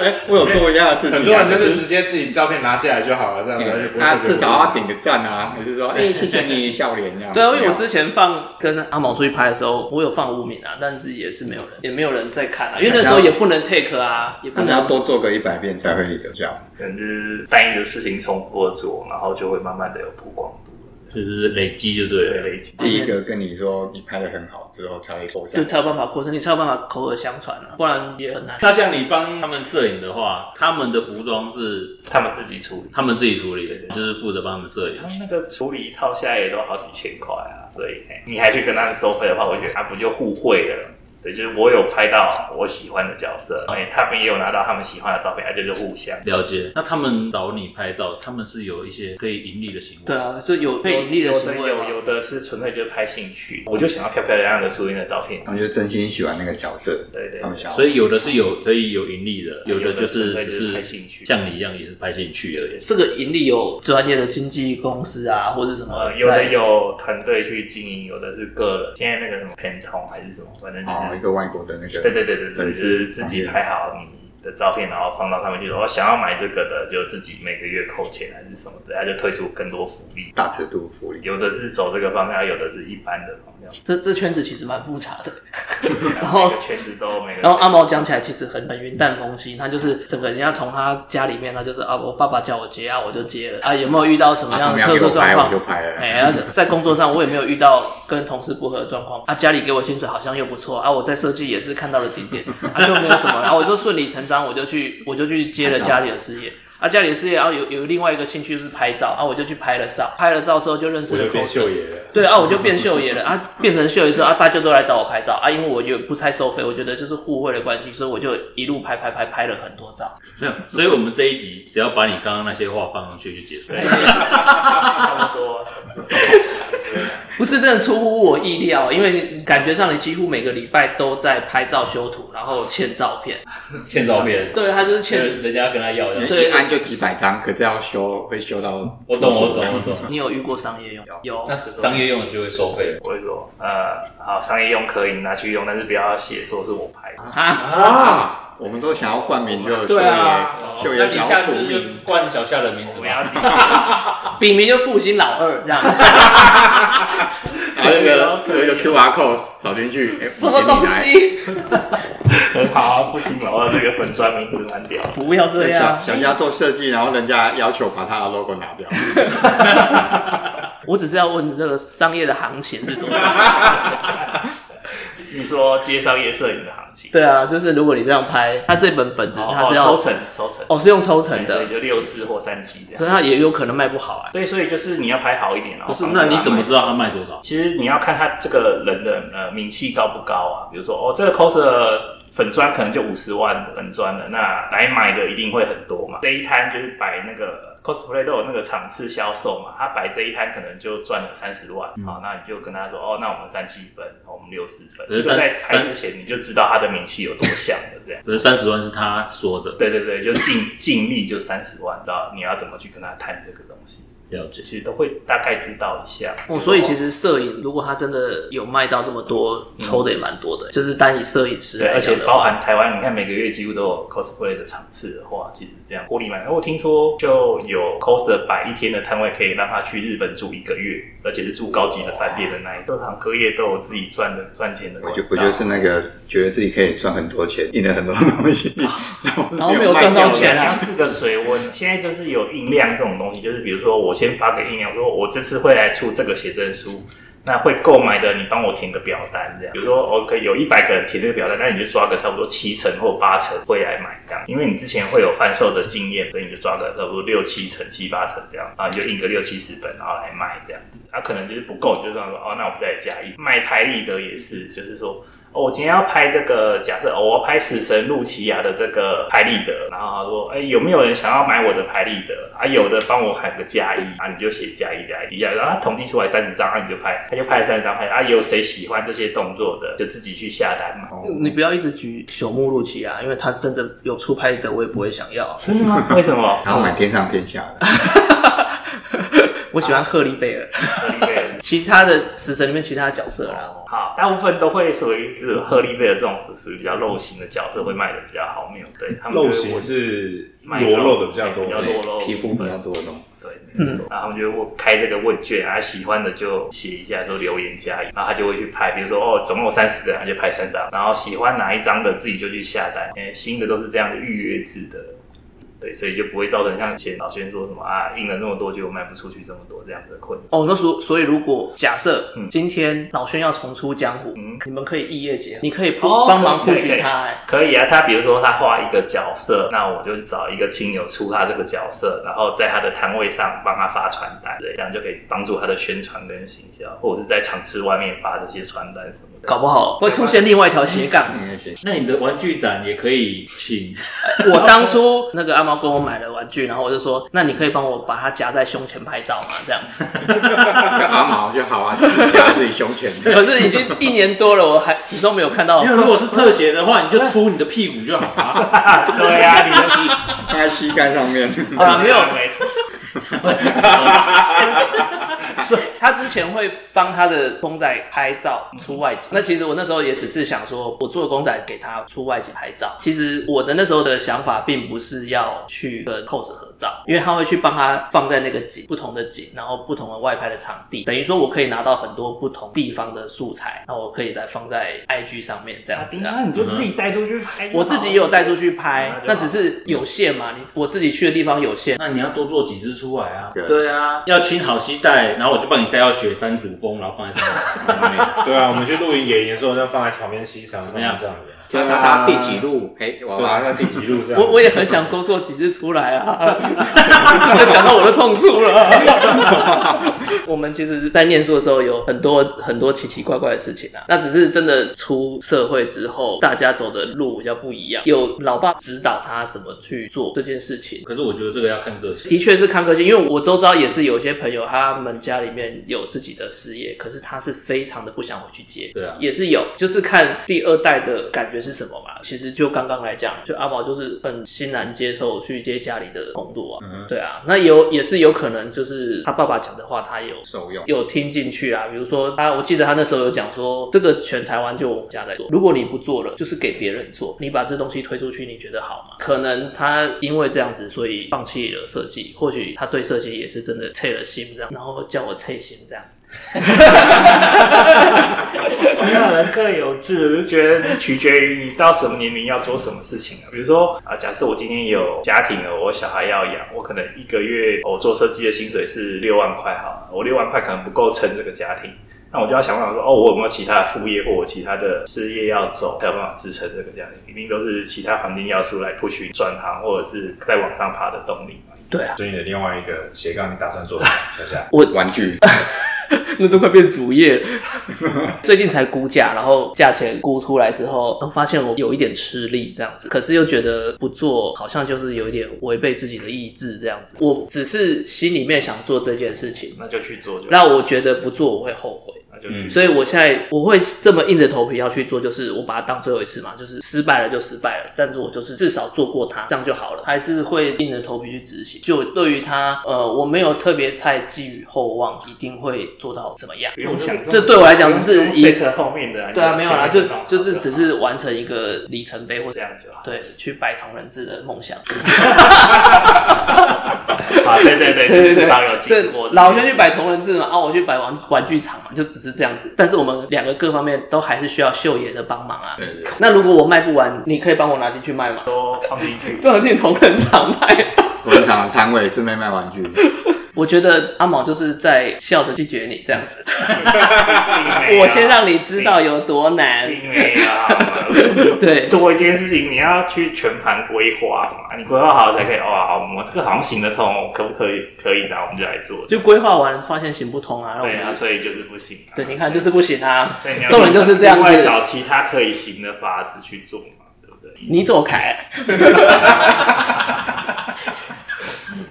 Speaker 3: 哎， 我有做一样的事情啊，
Speaker 1: 很多人就
Speaker 3: 可
Speaker 1: 是直接自己照片拿下来就好了，这样子就不
Speaker 3: 呃
Speaker 1: 会
Speaker 3: 他
Speaker 1: 特别
Speaker 3: 啊至少要点个赞啊，还是说哎谢谢你笑脸这样？
Speaker 2: 对啊，因为我之前放跟阿毛出去拍的时候，我有放无名啊，但是也是没有人，也没有人在看啊，因为那时候也不能 take 啊，也不
Speaker 3: 他想要
Speaker 2: 能。
Speaker 3: 多做个一百遍才会有效。
Speaker 4: 可能就是单一的事情重复地做，然后就会慢慢的有曝光度，
Speaker 6: 就是累积就对
Speaker 4: 对
Speaker 6: 了。
Speaker 4: 累积。
Speaker 3: 第一个跟你说你拍的很好之后才会扩
Speaker 2: 就
Speaker 3: 散，
Speaker 2: 才有办法扩散，你才有办法口耳相传啊，不然也很难。
Speaker 6: 那像你帮他们摄影的话，他们的服装是
Speaker 4: 他们自己处理，
Speaker 6: 他们自己处理的，就是负责帮他们摄影
Speaker 4: 他。们那个处理一套下来也都好几千块啊，所以嘿你还去跟他们收费的话，我觉得他不就互惠了？对，就是我有拍到我喜欢的角色，哎，他们也有拿到他们喜欢的照片，啊，这就互相。
Speaker 6: 了解。那他们找你拍照，他们是有一些可以盈利的行为。
Speaker 2: 对啊，就有被盈利的
Speaker 4: 有
Speaker 2: 行为
Speaker 4: 有
Speaker 2: 嘛
Speaker 4: 有的是纯粹就是拍兴趣，我就想要漂漂亮亮的出一张照片。
Speaker 3: 他们就真心喜欢那个角色，
Speaker 4: 对对
Speaker 3: 他们想要
Speaker 6: 所以有的是有可以有盈利的，啊有的就
Speaker 4: 有
Speaker 6: 是
Speaker 4: 的
Speaker 6: 只
Speaker 4: 就是拍
Speaker 6: 是
Speaker 4: 兴趣
Speaker 6: 像你一样也是拍兴趣而已。
Speaker 2: 这个盈利有专业的经纪公司啊，或者什么
Speaker 4: 呃，
Speaker 2: 在，
Speaker 4: 有的有团队去经营，有的是个人。现在那个什么 p 通还是什么，反正就
Speaker 3: 哦一
Speaker 4: 是，
Speaker 3: 个外国的那
Speaker 4: 对
Speaker 3: 个，
Speaker 4: 对对对对，就是自己拍好你的照片，然后放到他们去说，我想要买这个的，就自己每个月扣钱还是什么的，他就推出更多福利。
Speaker 3: 大尺度福利。
Speaker 4: 有的是走这个方向，有的是一般的方向，
Speaker 2: 这这圈子其实蛮复杂 的。然后
Speaker 4: 每个圈子都每个。
Speaker 2: 哦然后阿毛讲起来其实很很云淡风轻，他就是整个人家从他家里面，他就是啊，我爸爸叫我接啊，我就接了啊，有没有遇到什么
Speaker 3: 啊，他
Speaker 2: 样
Speaker 3: 们
Speaker 2: 的
Speaker 3: 要
Speaker 2: 特
Speaker 3: 给
Speaker 2: 殊
Speaker 3: 我
Speaker 2: 状
Speaker 3: 拍
Speaker 2: 况
Speaker 3: 我？就拍了，
Speaker 2: 哎、啊在工作上我也没有遇到跟同事不合的状况啊，家里给我薪水好像又不错啊，我在设计也是看到了点点，啊就没有什么，然后我就顺理成章我就去我就去接了家里的事业。啊，家里的事业，然、后有有另外一个兴趣就是拍照，啊，我就去拍了照，拍了照之后就认识
Speaker 1: 我
Speaker 2: 了
Speaker 1: 就
Speaker 2: 狗
Speaker 1: 变
Speaker 2: 哥
Speaker 1: 秀爷了。
Speaker 2: 对啊，我就变秀爷了啊，变成秀爷之后啊，大家都来找我拍照啊，因为我也不太收费，我觉得就是互惠的关系，所以我就一路拍拍拍拍了很多照。
Speaker 6: 没有所以我们这一集只要把你刚刚那些话放上去就结束了。
Speaker 4: 差不多，差不多
Speaker 2: 不是真的出乎我意料，因为你感觉上你几乎每个礼拜都在拍照修图，然后欠照片。
Speaker 6: 欠照片，
Speaker 2: 对他就是欠。
Speaker 6: 人人家跟他要要。
Speaker 2: 对
Speaker 3: 一按就几百张，可是要修会修到，
Speaker 6: 我懂，我懂，我懂。
Speaker 2: 你有遇过商业用？有
Speaker 6: 那，商业用的就会收费。
Speaker 4: 我会说，呃，好，商业用可以拿去用，但是不要写说是我拍的。
Speaker 2: 啊，
Speaker 3: 啊，我们都想要冠名就
Speaker 2: 对啊
Speaker 3: 秀
Speaker 6: 那
Speaker 3: 也
Speaker 6: 你
Speaker 3: 想
Speaker 6: 下
Speaker 3: 要出
Speaker 6: 次就
Speaker 3: 名，
Speaker 6: 冠小夏的名字
Speaker 4: 我们要
Speaker 6: 吧。
Speaker 2: 笔名就复兴老二这 样，
Speaker 3: 然啊后那个有一个 QR code 扫进去，哎
Speaker 2: 什么东？西？
Speaker 4: 很好啊，不行了，我这个粉砖名字蛮屌的。
Speaker 2: 不要
Speaker 3: 我给
Speaker 2: 这
Speaker 3: 你来
Speaker 2: 样
Speaker 3: 小。小家做设计，然后人家要求把他的 logo 拿掉，
Speaker 2: 我只是要问这个商业的行情是多少。
Speaker 4: 你说街商业摄影的行情，
Speaker 2: 对啊，就是如果你这样拍，它这本本子
Speaker 4: 哦，
Speaker 2: 它是要
Speaker 4: 抽成，抽成，
Speaker 2: 哦，是用抽成
Speaker 4: 对，
Speaker 2: 的，
Speaker 4: 就六四或三七这
Speaker 2: 可是它
Speaker 4: 样。
Speaker 2: 也有可能卖不好啊。
Speaker 4: 对，所以就是你要拍好一点，然后
Speaker 6: 不是，
Speaker 4: 放
Speaker 6: 那
Speaker 4: 大
Speaker 6: 你怎么
Speaker 4: 卖
Speaker 6: 知道他卖多少？
Speaker 4: 其实你要看他这个人的呃名气高不高啊。比如说，哦，这个 coser 粉砖可能就五十万粉砖了，那来买的一定会很多嘛。这一摊就是摆那个 cosplay 都有那个场次销售嘛，他摆这一摊可能就赚了三十
Speaker 6: 嗯
Speaker 4: 万，好、那你就跟他说，哦，那我们三七分，我们六十分，
Speaker 6: 可是
Speaker 4: 就
Speaker 6: 三
Speaker 4: 在
Speaker 6: 三
Speaker 4: 拍之前你就知道他的名气有多响了，这样。
Speaker 6: 可是三十万是他说的，
Speaker 4: 对对对，就尽尽力就三十万，到你要怎么去跟他谈这个东西，
Speaker 6: 了解。
Speaker 4: 其实都会大概知道一下。
Speaker 2: 哦，所以其实摄影如果它真的有卖到这么多，抽的也蛮多的，就是单以摄影师
Speaker 4: 对，
Speaker 2: 来
Speaker 4: 而且
Speaker 2: 讲的
Speaker 4: 包
Speaker 2: 话，
Speaker 4: 含台湾，你看每个月几乎都有 cosplay 的场次的话，其实这样获利蛮。我听说就有 coser 摆一天的摊位，可以让他去日本住一个月，而且是住高级的饭店的那一种。各行各业都有自己赚的赚钱 的
Speaker 3: 哦我
Speaker 4: 管
Speaker 3: 就
Speaker 4: 道。
Speaker 3: 我就是那个觉得自己可以赚很多钱，印了很多东西，然
Speaker 2: 然后没有赚到钱
Speaker 4: 你
Speaker 2: 啊
Speaker 4: 要是个水温，现在就是有印量这种东西，就是比如说我先发给印量，说我这次会来出这个写真书，那会购买的你帮我填个表单这样。比如说 OK 有一百个人填这个表单，那你就抓个差不多七成或八成会来买这样，因为你之前会有贩售的经验，所以你就抓个差不多六七成、七八成这样，啊你就印个六七十本然后来卖这样。他、啊可能就是不够，你就这样说哦，那我们再加一卖拍立得也是，就是说。哦，我今天要拍这个，假设、哦我要拍死神露琪亚的这个拍立得，然后他说，哎、有没有人想要买我的拍立得？啊，有的帮我喊个加一，啊，你就写加一加一加一，然后啊他统计出来三十张，啊，你就拍，他就拍了三十张拍，啊，有谁喜欢这些动作的，就自己去下单买。
Speaker 2: 你不要一直举朽木露琪啊，因为他真的有出拍的，我也不会想要。啊
Speaker 4: 真的吗？为 什么？
Speaker 3: 然后买天上天下的，
Speaker 2: 我喜欢赫利贝尔，
Speaker 4: 对哦
Speaker 2: 其他的死神里面其他角色啦。啊
Speaker 4: 好，大部分都会属于就是赫利贝尔这种属于比较肉型的角色会卖的比较好，没有对他们就
Speaker 1: 肉
Speaker 4: 会
Speaker 1: 型是
Speaker 4: 卖
Speaker 1: 裸露的比较多
Speaker 4: 比，较
Speaker 3: 对
Speaker 4: 多肉
Speaker 3: 皮肤比较多的那种。
Speaker 4: 对，没错。然后他们就会开这个问卷，然后喜欢的就写一下，说留言加一，然后他就会去拍，比如说哦，总共有三十个，他就拍三张，然后喜欢哪一张的自己就去下单。因为新的都是这样的预约制的，对，所以就不会造成像以前老轩说什么啊，印了那么多就卖不出去这么多这样的困扰。
Speaker 2: 哦，那所所以如果假设
Speaker 4: 嗯
Speaker 2: 今天老轩要重出江湖
Speaker 4: 嗯，
Speaker 2: 你们可以异业结合，你可以
Speaker 4: 哦
Speaker 2: 帮忙
Speaker 4: 可以
Speaker 2: push 他，哎
Speaker 4: 可以啊，他比如说他画一个角色，那我就找一个亲友出他这个角色，然后在他的摊位上帮他发传单，对，这样就可以帮助他的宣传跟行销，或者是在场次外面发这些传单什么的。
Speaker 2: 搞不好会出现另外一条斜杠。
Speaker 3: 嗯，也许
Speaker 6: 那你的玩具展也可以请，
Speaker 2: 我当初那个阿猫跟我买了玩具，然后我就说，那你可以帮我把它夹在胸前拍照嘛，这样。
Speaker 3: 像阿毛就好啊，自己夹自己胸前的。
Speaker 2: 可是已经一年多了，我还始终没有看到
Speaker 6: 因。为如果是特写的话，你就出你的屁股就好了。
Speaker 4: 对呀、啊，你
Speaker 3: 放在膝盖上 面，
Speaker 2: 好了，啊没有。
Speaker 4: 啊没错，
Speaker 2: 啊他之前会帮他的公仔拍照出外景，那其实我那时候也只是想说，我做公仔给他出外景拍照。其实我的那时候的想法并不是要去跟 cos 合照，因为他会去帮他放在那个景不同的景，然后不同的外拍的场地，等于说我可以拿到很多不同地方的素材，那我可以来放在 IG 上面这样子啊。
Speaker 4: 你就自己带出去拍
Speaker 2: 我自己也有带出去
Speaker 4: 那
Speaker 2: 拍
Speaker 4: 就好，
Speaker 2: 那只是有限嘛，你我自己去的地方有限。
Speaker 6: 那你要多做几只出来啊？
Speaker 3: 对
Speaker 6: 对啊，要请好膝带，然后我就帮你带到雪山主峰，然后放在上面。
Speaker 1: 对啊，我们去露营野营的时候，就放在旁边吸场，怎
Speaker 6: 么样
Speaker 1: 这样子？
Speaker 3: 查查查第几路？嘿，娃
Speaker 1: 对啊，
Speaker 3: 娃，
Speaker 1: 那第几路这样？
Speaker 2: 我我也很想多做几次出来啊，这个讲到我的痛处了。 我们其实，在念书的时候有很多很多奇奇怪怪的事情啊，那只是真的出社会之后，大家走的路比较不一样，有老爸指导他怎么去做这件事情。
Speaker 6: 可是我觉得这个要看个性。
Speaker 2: 的确是看科技，因为我周遭也是有一些朋友，他们家里面有自己的事业，可是他是非常的不想回去接。
Speaker 6: 对啊
Speaker 2: 也是有，就是看第二代的感觉是什么嘛。其实就刚刚来讲，就阿毛就是很欣然接受去接家里的工作啊。对啊，那有也是有可能，就是他爸爸讲的话，他有
Speaker 3: 受用。
Speaker 2: 有听进去啊。比如说他，我记得他那时候有讲说，这个全台湾就我们家在做，如果你不做了，就是给别人做。你把这东西推出去，你觉得好吗？可能他因为这样子，所以放弃了设计。或许他对设计也是真的拆了心这样，然后叫我拆心这样。
Speaker 4: 让人各有志，我就觉得取决于你到什么年龄要做什么事情啊。比如说啊，假设我今天有家庭了，我小孩要养，我可能一个月我做设计的薪水是六万块好了，我六万块可能不够撑这个家庭。那我就要想办法说，哦，我有没有其他的副业或我其他的事业要走，才有办法支撑这个家庭？一定都是其他环境要素来 push 转行或者是再往上爬的动力嘛。
Speaker 2: 对啊，
Speaker 1: 所以你的另外一个斜杠，你打算做什么？小夏，
Speaker 3: 玩具，
Speaker 2: 那都快变主业 了。最近才估价，然后价钱估出来之后，然后发现我有一点吃力这样子，可是又觉得不做好像就是有一点违背自己的意志这样子。我只是心里面想做这件事情，
Speaker 4: 那就去做就好，
Speaker 2: 那我觉得不做我会后悔。
Speaker 4: 那就去
Speaker 2: 所
Speaker 4: 做
Speaker 2: 以我现在我会这么硬着头皮要去做，就是我把它当最后一次嘛，就是失败了就失败了，但是我就是至少做过它，这样就好了，还是会硬着头皮去执行。就对于它，呃，我没有特别太寄予厚望，一定会做到怎么样
Speaker 4: 不。用想
Speaker 2: 这对我来讲只是一
Speaker 4: 一后面的啊，
Speaker 2: 对啊，没有啦，就
Speaker 4: 前面的
Speaker 2: 就是只是完成一个里程碑或
Speaker 4: 这
Speaker 2: 者
Speaker 4: 样就好。
Speaker 2: 对去摆同人志的梦想。
Speaker 4: 啊，对对对，
Speaker 2: 对对
Speaker 4: 至少有
Speaker 2: 对
Speaker 4: 经过，
Speaker 2: 老轩去摆同人志嘛，啊，我去摆玩玩具厂嘛，就只是这样子。但是我们两个各方面都还是需要秀爷的帮忙啊。
Speaker 3: 对对对
Speaker 2: 那如果我卖不完，你可以帮我拿进去卖吗？
Speaker 4: 多放进 去。
Speaker 2: 不能进同人厂卖。
Speaker 3: 工厂摊位顺便卖玩具，
Speaker 2: 我觉得阿毛就是在笑着拒绝你这样子，啊我
Speaker 4: 我
Speaker 2: 先让你知道有多难。
Speaker 4: 并啊没有好吗。
Speaker 2: 对，
Speaker 4: 做一件事情，你要去全盘规划嘛，你规划好才可以。哇，好我这个好像行得通，可不可以？可以的，我们就来做。
Speaker 2: 就规划完了发现行不通啊，那我
Speaker 4: 对啊，
Speaker 2: 们
Speaker 4: 所以就是不行、啊。
Speaker 2: 对，你看就是不行啊
Speaker 4: 所以你。要
Speaker 2: 众人就是这样
Speaker 4: 另外
Speaker 2: 子，
Speaker 4: 找其他可以行的法子去做嘛，对不对？
Speaker 2: 你走开。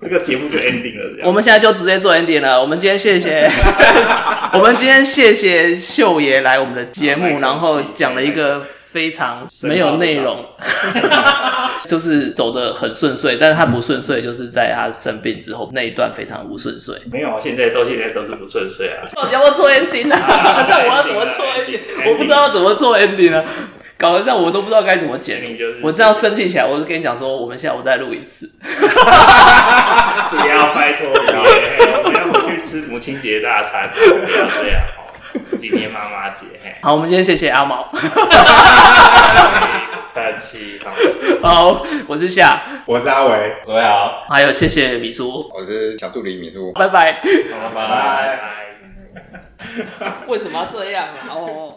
Speaker 4: 这个节目就 ending 了，这样。
Speaker 2: 我们现在就直接做 ending 了。我们今天谢 谢，我们今天谢谢秀爷来我们的节目，然后讲了一个非常没有内容， 就是走的很顺遂，但是他不顺遂，就是在他生病之后那一段非常不顺遂。
Speaker 4: 没有啊，现在到现在都是不顺遂啊。
Speaker 2: 到底要不要做 ending 啊？这我要怎么做 ending？我不知道怎么做 ending 啊，搞得这样我都不知道该怎么剪。
Speaker 4: 就是
Speaker 2: 我这样生气起来，我就跟你讲说，我们下午再录一次。
Speaker 4: 不要拜 托你了，我要回去吃母亲节大餐，不要这样。哦今天妈妈节，嘿
Speaker 2: 好，我们今天谢谢阿毛。
Speaker 4: 大七，好
Speaker 2: 好，我是夏，
Speaker 1: 我是阿维，
Speaker 6: 所以好，
Speaker 2: 还有谢谢米叔，
Speaker 3: 我是小助理米叔。
Speaker 2: 拜拜。
Speaker 6: 拜
Speaker 4: 拜拜。
Speaker 2: 为什么要这样啊？哦。